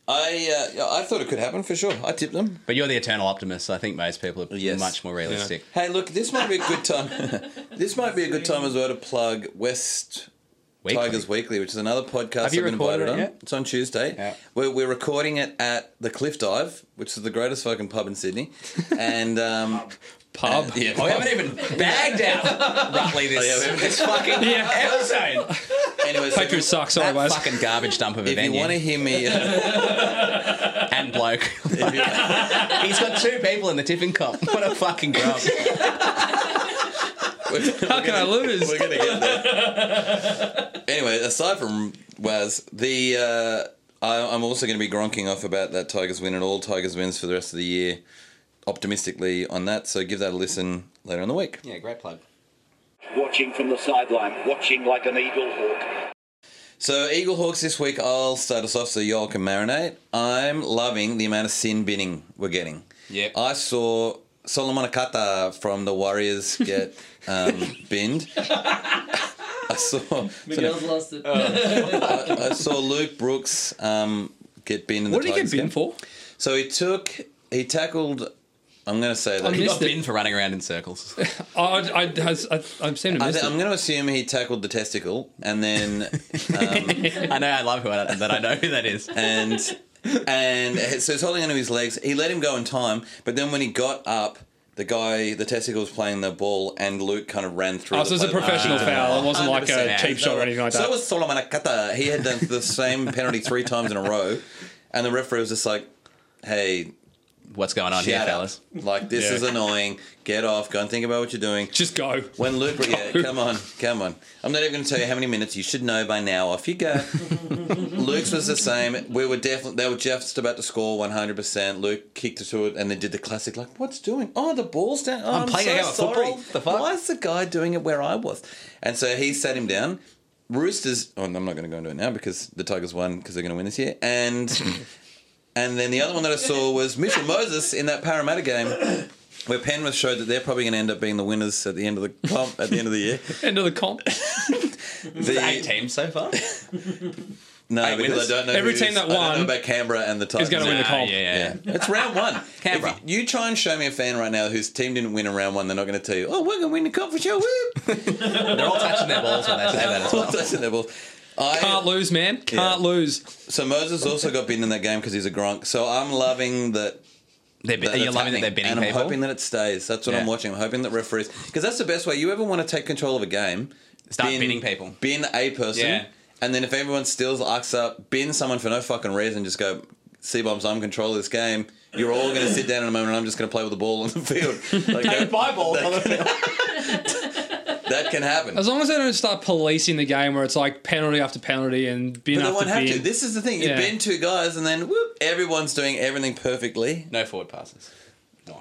Speaker 1: I uh, yeah, I thought it could happen for sure. I tipped them.
Speaker 2: But you're the eternal optimist, so I think most people are
Speaker 1: Yes.
Speaker 2: much more realistic.
Speaker 1: Hey, look, this might be a good time. this might be a good time as well to plug West
Speaker 2: Weekly.
Speaker 1: Tigers Weekly, which is another podcast
Speaker 2: Have you
Speaker 1: I've been
Speaker 2: recorded
Speaker 1: invited
Speaker 2: it
Speaker 1: on.
Speaker 2: yet?
Speaker 1: It's on Tuesday.
Speaker 2: Yeah.
Speaker 1: We're, we're recording it at the Cliff Dive, which is the greatest fucking pub in Sydney. And um,
Speaker 4: Pub.
Speaker 1: yeah,
Speaker 2: Oh, we haven't even bagged out Rutley
Speaker 1: Oh,
Speaker 2: this,
Speaker 1: yeah, we haven't-
Speaker 2: this fucking episode.
Speaker 1: anyway, so
Speaker 4: Patriots sucks. Sorry,
Speaker 2: That
Speaker 4: guys.
Speaker 2: fucking garbage dump of a
Speaker 1: if you
Speaker 2: venue
Speaker 1: want to hear me,
Speaker 2: and bloke. He's got two people in the tipping cup. What a fucking grub.
Speaker 1: how
Speaker 4: How can I lose?
Speaker 1: We're gonna get there. anyway, aside from Waz, the uh, I, I'm also going to be gronking off about that Tigers win and all Tigers wins for the rest of the year, optimistically on that. So give that a listen later in the week.
Speaker 2: Yeah, great plug.
Speaker 8: watching from the sideline, watching like an eagle hawk.
Speaker 1: So Eagle Hawks this week. I'll start us off so y'all can marinate. I'm loving the amount of sin binning we're getting.
Speaker 2: Yep.
Speaker 1: I saw Solomon Akata from the Warriors get um, binned. I saw
Speaker 2: Uh,
Speaker 9: Miguel's lost it.
Speaker 1: I saw Luke Brooks um, get binned in the
Speaker 4: What did he get
Speaker 1: Tigers game.
Speaker 4: binned for?
Speaker 1: So he took, he tackled. I'm going to say that.
Speaker 4: I
Speaker 2: He
Speaker 4: missed
Speaker 2: got
Speaker 4: it.
Speaker 2: bin for running around in circles.
Speaker 4: Oh, I, I, I, I've seen him
Speaker 1: I
Speaker 4: miss
Speaker 1: thi- I'm
Speaker 4: it.
Speaker 1: going to assume he tackled the testicle, and then
Speaker 2: I know I love who I, that I know who that is.
Speaker 1: and and so he's holding onto his legs. He let him go in time, but then when he got up, the guy, the testicle was playing the ball, and Luke kind of ran through.
Speaker 4: Oh,
Speaker 1: the
Speaker 4: so it was a
Speaker 1: play-
Speaker 4: professional foul. It wasn't like
Speaker 1: 100%.
Speaker 4: a cheap shot or anything like
Speaker 1: So
Speaker 4: that.
Speaker 1: was Solomon Akata. He had done the same penalty three times in a row, and the referee was just like, "Hey,
Speaker 2: What's going on here,
Speaker 1: Shout out.
Speaker 2: fellas?
Speaker 1: Like this
Speaker 4: Yeah.
Speaker 1: is annoying. Get off. Go and think about what you're doing.
Speaker 4: Just go.
Speaker 1: When Luke, yeah, come on, come on. I'm not even going to tell you how many minutes you should know by now. Off you go. Luke's was the same. We were definitely they were just about to score 100. percent Luke kicked it to it and then did the classic like, "What's doing? Oh, the ball's down. Oh, I'm,
Speaker 2: playing
Speaker 1: so
Speaker 2: a game of
Speaker 1: sorry.
Speaker 2: football. The fuck?"
Speaker 1: Why is the guy doing it where I was?" And so he sat him down. Roosters. Oh, I'm not going to go into it now because the Tigers won because they're going to win this year. And and then the other one that I saw was Mitchell Moses in that Parramatta game. Where Penrith showed that they're probably going to end up being the winners at the end of the comp, at the end of the year.
Speaker 4: End of the comp.
Speaker 1: The-
Speaker 2: Eight teams so far.
Speaker 1: no,
Speaker 2: Eight
Speaker 1: because
Speaker 2: winners?
Speaker 1: I don't know.
Speaker 4: Every
Speaker 1: who
Speaker 4: team
Speaker 1: is-
Speaker 4: that
Speaker 1: I don't
Speaker 4: won
Speaker 1: know about Canberra and the Titans.
Speaker 4: gonna win the
Speaker 1: Yeah.
Speaker 4: comp.
Speaker 2: Ah, yeah, yeah.
Speaker 1: Yeah. It's round one.
Speaker 2: Canberra.
Speaker 1: If you try and show me a fan right now whose team didn't win a round one, they're not going to tell you, oh, we're going to win the cup for sure. Woo!
Speaker 2: They're all touching their balls when they say that as well.
Speaker 1: Touching their balls. I-
Speaker 4: Can't lose, man. Can't lose.
Speaker 1: so Moses also got binned in that game because he's a gronk. So I'm loving that.
Speaker 2: They're,
Speaker 1: that
Speaker 2: you're
Speaker 1: that's
Speaker 2: loving
Speaker 1: happening.
Speaker 2: that they're bidding
Speaker 1: and I'm
Speaker 2: people.
Speaker 1: hoping that it stays. That's what I'm
Speaker 2: Yeah.
Speaker 1: watching. I'm hoping that referees, because that's the best way. You ever want to take control of a game?
Speaker 2: Start bidding people.
Speaker 1: Bin a person,
Speaker 2: Yeah.
Speaker 1: and then if everyone steals, arcs up, bin someone for no fucking reason. Just go, C bombs. I'm in control of this game. You're all going to sit down in a moment, and I'm just going to play with the ball on the field. Like, that, that can happen.
Speaker 4: As long as they don't start policing the game where it's like penalty after penalty and bin
Speaker 1: But they
Speaker 4: after
Speaker 1: won't have to.
Speaker 4: bin.
Speaker 1: This is the thing. You
Speaker 4: Yeah.
Speaker 1: bin two guys, and then whoop, everyone's doing everything perfectly.
Speaker 2: No forward passes.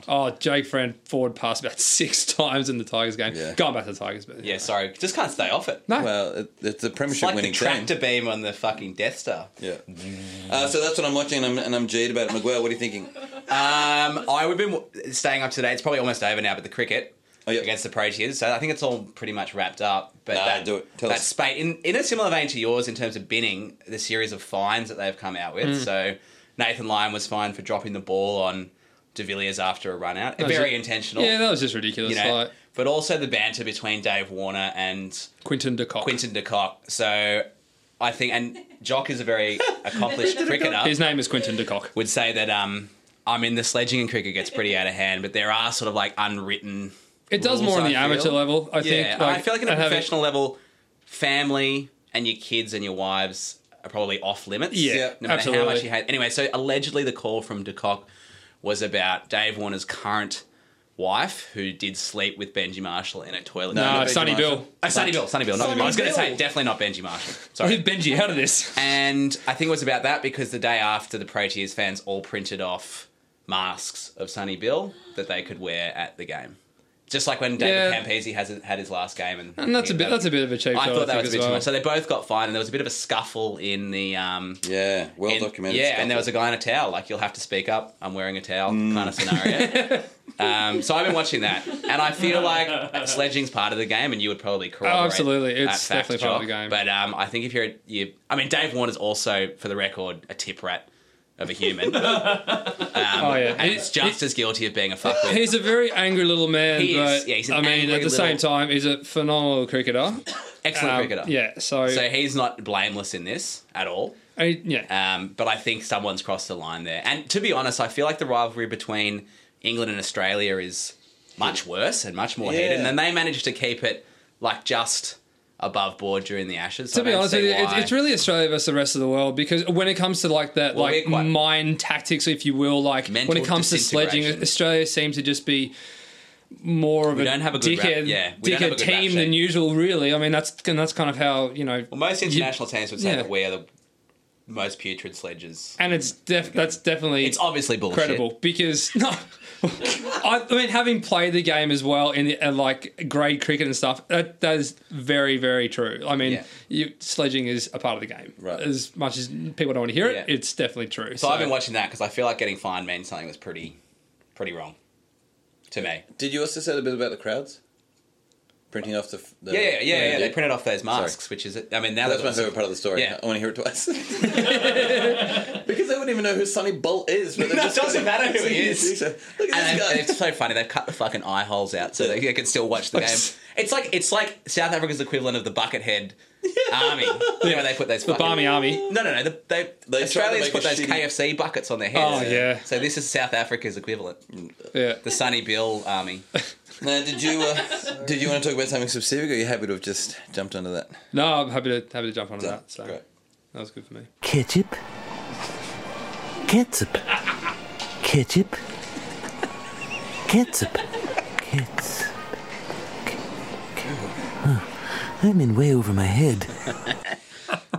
Speaker 4: oh, Jake Friend forward passed about six times in the Tigers game.
Speaker 1: Yeah.
Speaker 4: Going back to the Tigers, but
Speaker 2: Yeah, sorry. Just can't stay off it.
Speaker 4: No.
Speaker 1: Well, it, it's a
Speaker 2: It's
Speaker 1: premiership
Speaker 2: like the
Speaker 1: winning
Speaker 2: tractor
Speaker 1: team.
Speaker 2: beam on the fucking Death Star.
Speaker 1: Yeah. Uh, so that's what I'm watching, and I'm, and I'm G'd about it. Miguel, what are you thinking?
Speaker 2: Um, I would have been staying up today. It's probably almost over now, but the cricket
Speaker 1: Oh, yeah.
Speaker 2: against the Proteas. So I think it's all pretty much wrapped up. But
Speaker 1: Nah,
Speaker 2: that,
Speaker 1: do it. Tell
Speaker 2: that
Speaker 1: us.
Speaker 2: spate in, in a similar vein to yours in terms of binning the series of fines that they've come out with.
Speaker 4: Mm.
Speaker 2: So Nathan Lyon was fined for dropping the ball on De Villiers after a run out.
Speaker 4: was
Speaker 2: Very
Speaker 4: it.
Speaker 2: intentional.
Speaker 4: yeah, that was just ridiculous.
Speaker 2: you know.
Speaker 4: Like
Speaker 2: But also the banter between Dave Warner and
Speaker 4: Quinton de Kock.
Speaker 2: Quinton de Kock. So I think, and Jock is a very accomplished cricketer.
Speaker 4: His name is Quinton de Kock.
Speaker 2: would say that um, I mean the sledging in cricket gets pretty out of hand, but there are sort of like unwritten.
Speaker 4: It does
Speaker 2: rules,
Speaker 4: more on
Speaker 2: I
Speaker 4: the amateur
Speaker 2: feel.
Speaker 4: level, I
Speaker 2: yeah,
Speaker 4: think.
Speaker 2: I feel like in a
Speaker 4: and having-
Speaker 2: professional level, family and your kids and your wives are probably off limits.
Speaker 4: Yeah,
Speaker 2: no matter
Speaker 4: absolutely.
Speaker 2: how much you hate. Anyway, so allegedly the call from de Kock was about Dave Warner's current wife who did sleep with Benji Marshall in a toilet.
Speaker 4: Uh,
Speaker 1: Benji
Speaker 4: Sonny
Speaker 1: Marshall.
Speaker 4: Bill.
Speaker 2: Oh, Sonny Bill, Sonny Bill. Not, I was going to
Speaker 4: Bill.
Speaker 2: say definitely not Benji Marshall. Sorry.
Speaker 4: Leave Benji out of this.
Speaker 2: And I think it was about that because the day after the Proteas fans all printed off masks of Sonny Bill that they could wear at the game. Just like when David
Speaker 4: Yeah.
Speaker 2: Campese has had his last game, and,
Speaker 4: And that's a bit. That's a bit of a cheap.
Speaker 2: I
Speaker 4: shot,
Speaker 2: thought that
Speaker 4: think,
Speaker 2: was a bit
Speaker 4: as
Speaker 2: too
Speaker 4: well.
Speaker 2: much. So they both got fined, and there was a bit of a scuffle in the um,
Speaker 1: Yeah, well
Speaker 2: and-
Speaker 1: documented.
Speaker 2: Yeah,
Speaker 1: stuff.
Speaker 2: and there was a guy in a towel. Like you'll have to speak up. I'm wearing a towel, kind of scenario. um, so I've been watching that, and I feel like sledging's part of the game, and you would probably corroborate.
Speaker 4: Oh, absolutely.
Speaker 2: that
Speaker 4: It's
Speaker 2: fact,
Speaker 4: definitely part of
Speaker 2: Jock.
Speaker 4: the game.
Speaker 2: But um, I think if you're, you, I mean, Dave Warner's also, for the record, a tip rat of a human. um,
Speaker 4: Oh yeah,
Speaker 2: and
Speaker 4: He-
Speaker 2: it's just as guilty of being a fuckwit.
Speaker 4: He's a very angry little man,
Speaker 2: He
Speaker 4: but
Speaker 2: is. Yeah, he's an
Speaker 4: I mean,
Speaker 2: angry
Speaker 4: at the
Speaker 2: little-
Speaker 4: same time, he's a phenomenal cricketer.
Speaker 2: Excellent
Speaker 4: Um,
Speaker 2: cricketer.
Speaker 4: Yeah, so,
Speaker 2: So he's not blameless in this at all.
Speaker 4: I- yeah,
Speaker 2: Um, but I think someone's crossed the line there. And to be honest, I feel like the rivalry between England and Australia is much worse and much more heated.
Speaker 1: Yeah.
Speaker 2: And then they managed to keep it like just above board during the Ashes. So
Speaker 4: to
Speaker 2: I
Speaker 4: be
Speaker 2: don't
Speaker 4: honest
Speaker 2: see
Speaker 4: with you, it's,
Speaker 2: why-
Speaker 4: it's really Australia versus the rest of the world because when it comes to like that,
Speaker 2: Well,
Speaker 4: like
Speaker 2: we're quite-
Speaker 4: mind tactics, if you will, like
Speaker 2: Mental
Speaker 4: when it comes to sledging,
Speaker 2: disintegration.
Speaker 4: Australia seems to just be more of
Speaker 2: We
Speaker 4: a,
Speaker 2: don't have a good rap-
Speaker 4: dickhead,
Speaker 2: yeah, we don't have a
Speaker 4: dickhead
Speaker 2: good rap
Speaker 4: team
Speaker 2: sheet.
Speaker 4: than usual. Really, I mean that's and that's kind of how you know.
Speaker 2: Well, most international teams would say
Speaker 4: yeah.
Speaker 2: that we are the most putrid sledges.
Speaker 4: and it's def- that's definitely
Speaker 2: It's obviously bullshit.
Speaker 4: credible because no, I, I mean having played the game as well in the, uh, like grade cricket and stuff, that that is very very true. I mean,
Speaker 2: Yeah.
Speaker 4: you, sledging is a part of the game.
Speaker 1: Right.
Speaker 4: As much as people don't want to hear it,
Speaker 2: Yeah.
Speaker 4: it's definitely true.
Speaker 2: So I've been watching that because I feel like getting fined means something was pretty, pretty wrong to me.
Speaker 1: Did you also say a bit about the crowds? Printing off the. f- the
Speaker 2: Yeah, yeah, yeah. yeah, They
Speaker 1: Yeah.
Speaker 2: printed off those masks, which is, I mean, now
Speaker 1: That's my
Speaker 2: that-
Speaker 1: favorite part of the story.
Speaker 2: Yeah.
Speaker 1: I want to hear it twice. because they wouldn't even know who Sonny Bolt is. But
Speaker 2: No, it doesn't matter who he is.
Speaker 1: Look at this
Speaker 2: And
Speaker 1: guy.
Speaker 2: they- it's so funny. They've cut the fucking eye holes out so they, they can still watch the game. It's like it's like South Africa's equivalent of the Buckethead Army. You know, where they put those the
Speaker 4: Barmy Army.
Speaker 2: No, no, no. The, they,
Speaker 1: They
Speaker 2: Australians
Speaker 1: tried to
Speaker 2: put
Speaker 1: make
Speaker 2: those
Speaker 1: a shitty-
Speaker 2: KFC buckets on their heads.
Speaker 4: Oh, yeah.
Speaker 2: So this is South Africa's equivalent,
Speaker 4: Yeah.
Speaker 2: the Sunny Bill Army.
Speaker 1: Now, did you uh, did you want to talk about something specific, or are you happy to have just jumped onto that?
Speaker 4: No, I'm happy to happy to jump onto that. So
Speaker 1: Great.
Speaker 4: that was good for me.
Speaker 9: Ketchup. Ketchup. Ketchup. Ketchup. Ketchup. Oh, I'm in way over my head.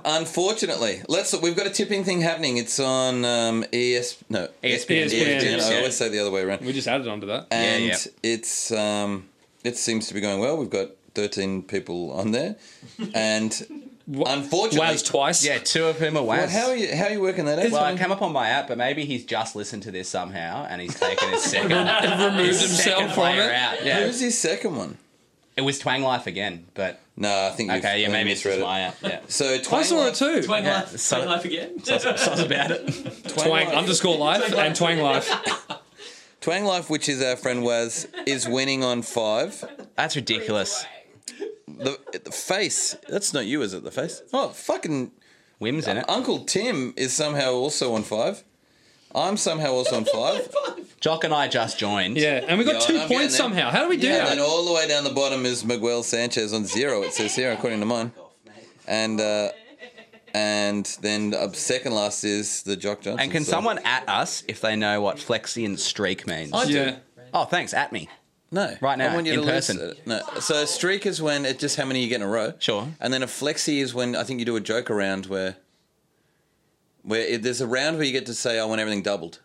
Speaker 1: Unfortunately, let's. We've got a tipping thing happening. It's on um, ES. No, E
Speaker 2: ESPN.
Speaker 1: ESPN. I
Speaker 2: Yeah.
Speaker 1: always say the other way around.
Speaker 4: We just added onto that.
Speaker 1: and
Speaker 2: yeah.
Speaker 1: it's um, it seems to be going well. We've got thirteen people on there, and unfortunately,
Speaker 4: Waz twice.
Speaker 2: Yeah, two of whom are
Speaker 1: Well,
Speaker 2: Waz.
Speaker 1: how are you how are you working that out?
Speaker 2: well, I came up on my app, but maybe he's just listened to this somehow and he's taken his second,
Speaker 4: Removed
Speaker 2: his
Speaker 4: himself
Speaker 2: second
Speaker 4: from
Speaker 2: player
Speaker 4: it.
Speaker 2: out. Yeah,
Speaker 1: Who's his second one?
Speaker 2: it was Twang Life again, but
Speaker 1: No, I think you've-
Speaker 2: okay, yeah,
Speaker 1: I think
Speaker 2: maybe
Speaker 1: you
Speaker 2: it's just
Speaker 1: misread
Speaker 2: my app. Yeah.
Speaker 1: So
Speaker 4: I
Speaker 1: Twang
Speaker 4: saw it
Speaker 1: Life-
Speaker 4: too.
Speaker 10: Twang
Speaker 2: Yeah,
Speaker 10: life,
Speaker 2: so-
Speaker 10: twang life again.
Speaker 2: Sounds about it.
Speaker 4: Twang underscore life and twang life.
Speaker 1: Twang Life, which is our friend Waz, is winning on five.
Speaker 2: That's ridiculous.
Speaker 1: The, the face. That's not you, is it? The face. Oh, fucking
Speaker 2: Whims in it.
Speaker 1: Uncle Tim is somehow also on five. I'm somehow also on five.
Speaker 2: Jock and I just joined.
Speaker 4: Yeah, and we got
Speaker 1: Yeah,
Speaker 4: two
Speaker 1: I'm getting
Speaker 4: points
Speaker 1: there.
Speaker 4: somehow. How do we do
Speaker 1: And
Speaker 4: that?
Speaker 1: then all the way down the bottom is Miguel Sanchez on zero. It says here, according to mine. And uh, and then uh, second last is the Jock Johnson.
Speaker 2: And can
Speaker 1: so-
Speaker 2: someone at us if they know what flexi and streak means?
Speaker 4: yeah.
Speaker 2: Oh, thanks. At me.
Speaker 1: No,
Speaker 2: Right now,
Speaker 1: I want you
Speaker 2: in
Speaker 1: to list
Speaker 2: person.
Speaker 1: it. No, so a streak is when it's just how many you get in a row.
Speaker 2: Sure.
Speaker 1: And then a flexi is when I think you do a joke around where where it, there's a round where you get to say I want everything doubled.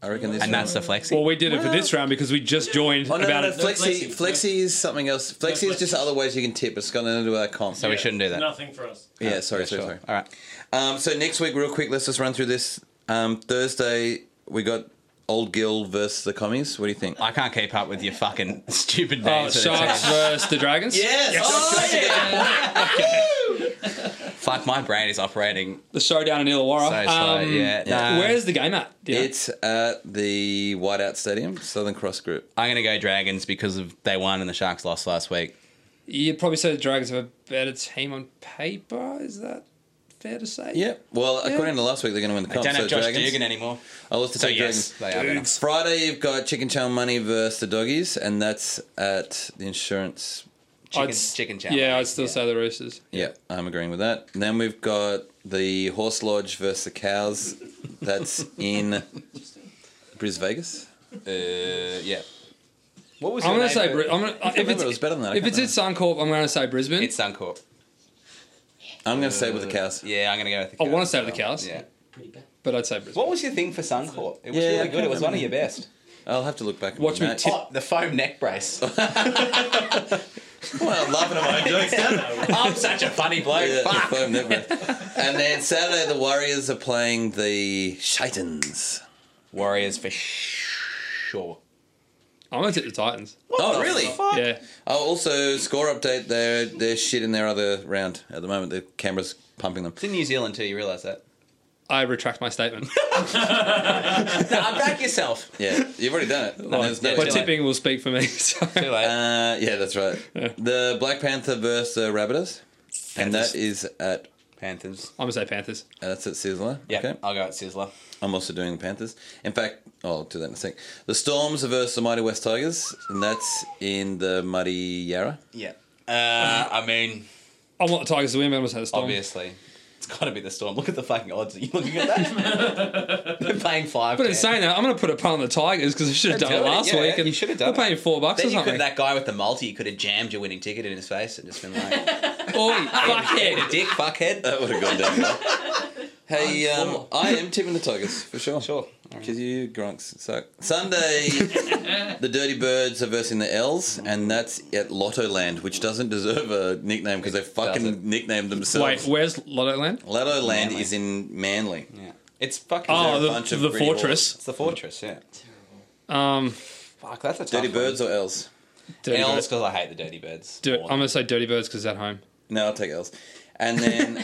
Speaker 1: I reckon this.
Speaker 2: And
Speaker 1: round-
Speaker 2: that's the flexi.
Speaker 4: Well, we did it for this round because we just joined
Speaker 1: Oh, no,
Speaker 4: about
Speaker 1: no, no,
Speaker 4: it.
Speaker 1: flexi,
Speaker 10: flexi.
Speaker 1: flexi is something else. Flexi is just
Speaker 10: flexi.
Speaker 1: other ways you can tip. It's got nothing to do with our comp.
Speaker 2: so we shouldn't do that.
Speaker 10: Nothing for us.
Speaker 1: yeah, sorry, sorry,
Speaker 2: Sure.
Speaker 1: sorry.
Speaker 2: All right.
Speaker 1: Um, so next week, real quick, let's just run through this. Um, Thursday, we got Old Gill versus the Commies. What do you think?
Speaker 2: I can't keep up with your fucking stupid
Speaker 4: Oh,
Speaker 2: names. that are
Speaker 4: Sharks
Speaker 2: taken.
Speaker 4: versus the Dragons.
Speaker 1: Oh, yeah.
Speaker 2: Fuck, my brain is operating
Speaker 4: The showdown in
Speaker 2: so
Speaker 4: Illawarra.
Speaker 2: slow.
Speaker 4: Um,
Speaker 2: yeah. no.
Speaker 4: Where's the game at? Yeah.
Speaker 1: It's at the Whiteout Stadium, Southern Cross Group.
Speaker 2: I'm going to go Dragons because of they won and the Sharks lost last week.
Speaker 4: You'd probably say the Dragons have a better team on paper. Is that fair to say?
Speaker 1: Yep. Well, according to last week, they're going to win the
Speaker 2: Don't
Speaker 1: comp.
Speaker 2: have
Speaker 1: Oh, So
Speaker 2: Josh
Speaker 1: Dragons.
Speaker 2: Dugan anymore.
Speaker 1: I'll have to
Speaker 2: So
Speaker 1: take
Speaker 2: yes,
Speaker 1: Dragons.
Speaker 2: they are better.
Speaker 1: Friday, you've got Chicken Chow Money versus the Doggies, and that's at the insurance.
Speaker 2: Chicken,
Speaker 4: I'd s-
Speaker 2: chicken chow.
Speaker 4: Yeah, I'd still say the Roosters.
Speaker 1: Yeah, I'm agreeing with that. And then we've got the Horse Lodge versus the Cows. That's in Bris Vegas.
Speaker 2: Uh, yeah. What was
Speaker 4: I'm
Speaker 2: your name
Speaker 4: gonna say
Speaker 2: for-
Speaker 4: Bri- I'm gonna, if
Speaker 1: remember,
Speaker 4: it's
Speaker 1: it was better than that, I
Speaker 4: If
Speaker 1: can't
Speaker 4: it's at Suncorp, I'm gonna say Brisbane.
Speaker 2: It's Suncorp.
Speaker 1: I'm going to stay with the Cows.
Speaker 2: Yeah, I'm gonna go with the.
Speaker 4: I want
Speaker 2: Cows.
Speaker 4: to say the Cows,
Speaker 2: Yeah.
Speaker 4: but I'd say Brisbane.
Speaker 2: What was your thing for Suncorp? It was
Speaker 1: Yeah, I
Speaker 2: really good. It
Speaker 1: can't
Speaker 2: was one of your best.
Speaker 1: I'll have to look back. and
Speaker 4: Watch me
Speaker 1: that.
Speaker 4: tip-
Speaker 2: Oh, the foam neck brace.
Speaker 1: Well, laughing at my own jokes. don't I?
Speaker 2: I'm such a funny bloke.
Speaker 1: Yeah,
Speaker 2: Fuck.
Speaker 1: phone network. and then Saturday, the Warriors are playing the Shaitans.
Speaker 2: Warriors for sure.
Speaker 4: I'm gonna tip the Titans.
Speaker 1: oh, really?
Speaker 4: Yeah,
Speaker 1: Oh, also, score update. They're, they're shit in their other round at the moment. The camera's pumping them.
Speaker 2: It's in New Zealand too. You realise that?
Speaker 4: I retract my statement.
Speaker 2: No, I'm back yourself.
Speaker 1: Yeah, you've already done it. And there's no-
Speaker 4: My
Speaker 2: too late.
Speaker 4: tipping will speak for me. So.
Speaker 2: Too late.
Speaker 1: Uh, yeah, that's right. The Black Panther versus the Rabbiters. And that is at. uh,
Speaker 2: Panthers.
Speaker 4: I'm gonna say Panthers.
Speaker 1: That's at Sizzler.
Speaker 2: Yeah,
Speaker 1: Okay.
Speaker 2: I'll go at Sizzler.
Speaker 1: I'm also doing the Panthers. In fact, oh, I'll do that in a sec. The Storms versus the Mighty West Tigers. And that's in the Muddy Yarra.
Speaker 2: Yeah. Uh, I mean,
Speaker 4: I want the Tigers to win, but I'm gonna say the Storm.
Speaker 2: obviously, it's got to be the Storm. Look at the fucking odds. Are you looking at that? They're paying five.
Speaker 4: But in
Speaker 2: to-
Speaker 4: saying that, I'm gonna put a pun on the Tigers because I should have
Speaker 2: Yeah,
Speaker 4: done it
Speaker 2: do it.
Speaker 4: last
Speaker 2: Yeah,
Speaker 4: week.
Speaker 2: yeah,
Speaker 4: and
Speaker 2: you should have done
Speaker 4: They're paying four bucks
Speaker 2: Then
Speaker 4: or
Speaker 2: you could
Speaker 4: something.
Speaker 2: that guy with the multi. You could have jammed your winning ticket in his face and just been like,
Speaker 4: Oi, fuckhead.
Speaker 2: "Dick, fuckhead."
Speaker 1: That would have gone down well. Hey,
Speaker 2: I'm
Speaker 1: um,
Speaker 2: four.
Speaker 1: I am tipping the Tigers for sure.
Speaker 2: Sure.
Speaker 1: Because you grunks suck. Sunday, the Dirty Birds are versing the L's, and that's at Lotto Land, which doesn't deserve a nickname because they fucking
Speaker 2: Doesn't.
Speaker 1: nicknamed
Speaker 4: Wait,
Speaker 1: themselves.
Speaker 4: where's Lotto Land?
Speaker 1: Lotto Land
Speaker 2: Manly.
Speaker 1: is in Manly.
Speaker 2: Yeah. It's fucking.
Speaker 4: Oh,
Speaker 1: a
Speaker 4: the,
Speaker 1: bunch of
Speaker 4: the
Speaker 1: pretty
Speaker 4: fortress.
Speaker 2: it's the fortress. Yeah.
Speaker 4: Um,
Speaker 2: Fuck, that's a tough
Speaker 1: Dirty
Speaker 2: one.
Speaker 1: Birds or L's?
Speaker 4: Dirty
Speaker 2: L's
Speaker 4: Birds.
Speaker 2: because I hate the Dirty Birds.
Speaker 4: Do-
Speaker 2: All
Speaker 4: I'm
Speaker 2: of them.
Speaker 4: gonna say Dirty Birds because it's at home.
Speaker 1: No, I'll take L's. And then,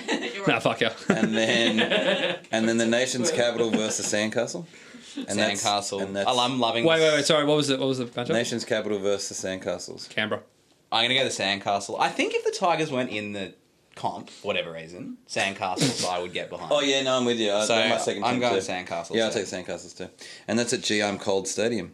Speaker 4: Nah, fuck yeah.
Speaker 1: and then, and then the nation's capital versus Sandcastle. And that's-
Speaker 2: Sandcastle.
Speaker 1: and that's-
Speaker 2: I'm loving.
Speaker 4: wait, wait, wait. Sorry, what was it? What was the matchup?
Speaker 1: Nation's capital versus Sandcastles.
Speaker 4: Canberra.
Speaker 2: I'm gonna go the Sandcastle. I think if the Tigers weren't in the comp for whatever reason, Sandcastles I would get behind.
Speaker 1: Oh yeah, no, I'm with you. I,
Speaker 2: So
Speaker 1: they're my second
Speaker 2: I'm
Speaker 1: team,
Speaker 2: going
Speaker 1: too.
Speaker 2: Sandcastles.
Speaker 1: Yeah, I'll
Speaker 2: so.
Speaker 1: take Sandcastles too. And that's at G. I'm Cold Stadium.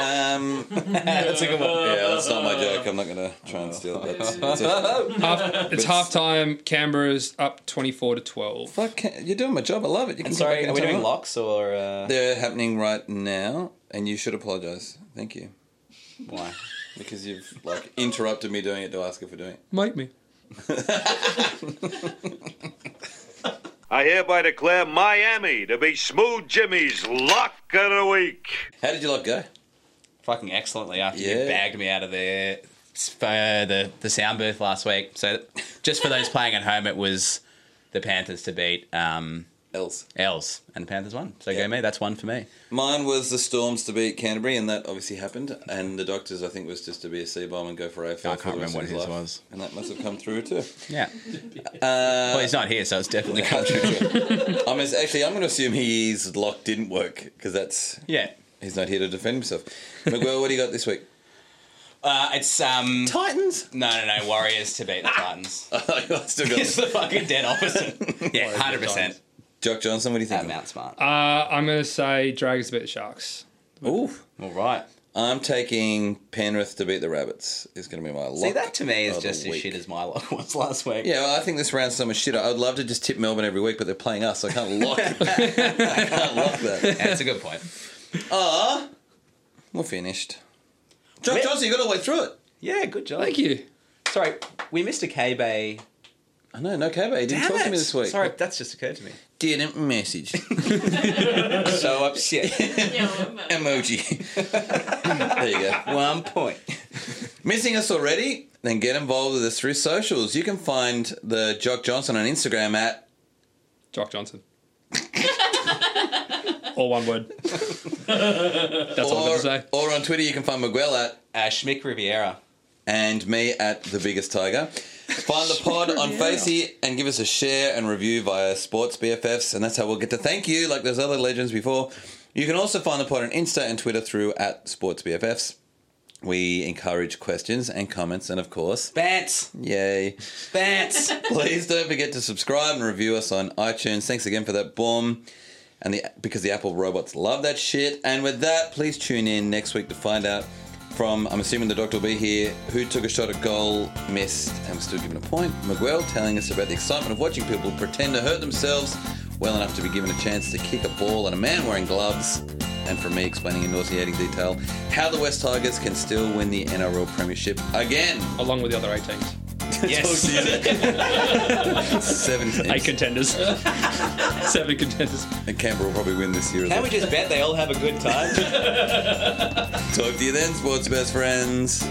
Speaker 1: Um,
Speaker 2: That's a good one.
Speaker 1: yeah, that's not my joke. I'm not going to try and steal it. That's, that's
Speaker 2: Oh.
Speaker 1: a,
Speaker 4: Half, it's half time. Canberra's up 24 to 12.
Speaker 1: fuck, you're doing my job. I love it. You can
Speaker 2: And
Speaker 1: go back
Speaker 2: sorry,
Speaker 1: in
Speaker 2: are we
Speaker 1: time.
Speaker 2: doing locks or uh,
Speaker 1: They're happening right now, and you should apologise. Thank you.
Speaker 2: why?
Speaker 1: Because you've like interrupted me doing it to ask if we're doing it.
Speaker 4: Make me.
Speaker 10: I hereby declare Miami to be Smooth Jimmy's Lock of the Week.
Speaker 1: How did your luck go?
Speaker 2: Fucking excellently after you
Speaker 1: Yeah.
Speaker 2: bagged me out of the for the the sound booth last week. So just for those playing at home, it was the Panthers to beat um,
Speaker 1: Else.
Speaker 2: Els, and the Panthers won. So
Speaker 1: Yeah.
Speaker 2: go me. That's one for me.
Speaker 1: Mine was the Storms to beat Canterbury, and that obviously happened. And the Doctors, I think, was just to be a C bomb and go for AFL.
Speaker 2: I
Speaker 1: for
Speaker 2: can't
Speaker 1: the rest
Speaker 2: remember what
Speaker 1: of
Speaker 2: his
Speaker 1: life.
Speaker 2: was.
Speaker 1: And that must have come through too.
Speaker 2: Yeah. well, he's not here, so it's definitely come true.
Speaker 1: I'm as- actually, I'm going to assume his lock didn't work because that's
Speaker 2: Yeah.
Speaker 1: he's not here to defend himself. Miguel, what do you got this week?
Speaker 2: Uh, it's um.
Speaker 1: Titans.
Speaker 2: No, no, no. Warriors to beat the Titans.
Speaker 1: I still got
Speaker 2: it's the fucking dead opposite. Yeah, hundred percent.
Speaker 1: Jock Johnson. What do you think?
Speaker 2: At Mount Smart.
Speaker 4: Uh, I'm going to say Dragons beat the Sharks.
Speaker 1: Ooh,
Speaker 2: All right.
Speaker 1: I'm taking Penrith to beat the Rabbits. Is going to be my lock.
Speaker 2: See, that to me is
Speaker 1: of the
Speaker 2: just as
Speaker 1: week.
Speaker 2: shit as my lock was last week.
Speaker 1: Yeah, well, I think this round's so much shit. I'd love to just tip Melbourne every week, but they're playing us. So I can't lock. I can't lock that.
Speaker 2: Yeah, that's a good point.
Speaker 1: We're finished. Jock
Speaker 2: Well-
Speaker 1: Johnson, you got all the way through it.
Speaker 2: Yeah, good job.
Speaker 4: Thank you.
Speaker 2: Sorry, we missed a K Bay.
Speaker 1: I know, no cabo. He didn't talk to me this week.
Speaker 2: Sorry, that's just occurred to me.
Speaker 1: didn't message.
Speaker 2: So
Speaker 1: uh,
Speaker 2: upset.
Speaker 1: Emoji. there you go.
Speaker 2: One point.
Speaker 1: Missing us already? Then get involved with us through socials. You can find the Jock Johnson on Instagram at
Speaker 4: Jock Johnson. All one word. That's all I'm
Speaker 1: or,
Speaker 4: going to say.
Speaker 1: or on Twitter you can find Miguel at
Speaker 2: Uh, Schmick Riviera.
Speaker 1: and me at the biggest tiger. Find the pod on Facey and give us a share and review via Sports BFFs, and that's how we'll get to thank you, like those other legends before. You can also find the pod on Insta and Twitter through at Sports BFFs. We encourage questions and comments, and of course,
Speaker 2: Bants.
Speaker 1: yay.
Speaker 2: Bants.
Speaker 1: Please don't forget to subscribe and review us on iTunes. Thanks again for that bomb. And the because the Apple robots love that shit. And with that, please tune in next week to find out from I'm assuming the doctor will be here, who took a shot at goal, missed, and was still given a point. Miguel telling us about the excitement of watching people pretend to hurt themselves well enough to be given a chance to kick a ball and a man wearing gloves. And from me explaining in nauseating detail how the West Tigers can still win the NRL Premiership again.
Speaker 4: along with the other eight teams.
Speaker 2: Yes.
Speaker 1: Seven teams.
Speaker 4: Eight contenders. Seven contenders.
Speaker 1: And Canberra will probably win this year. as
Speaker 2: Can
Speaker 1: well.
Speaker 2: we just bet they all have a good time?
Speaker 1: Talk to you then, sports best friends.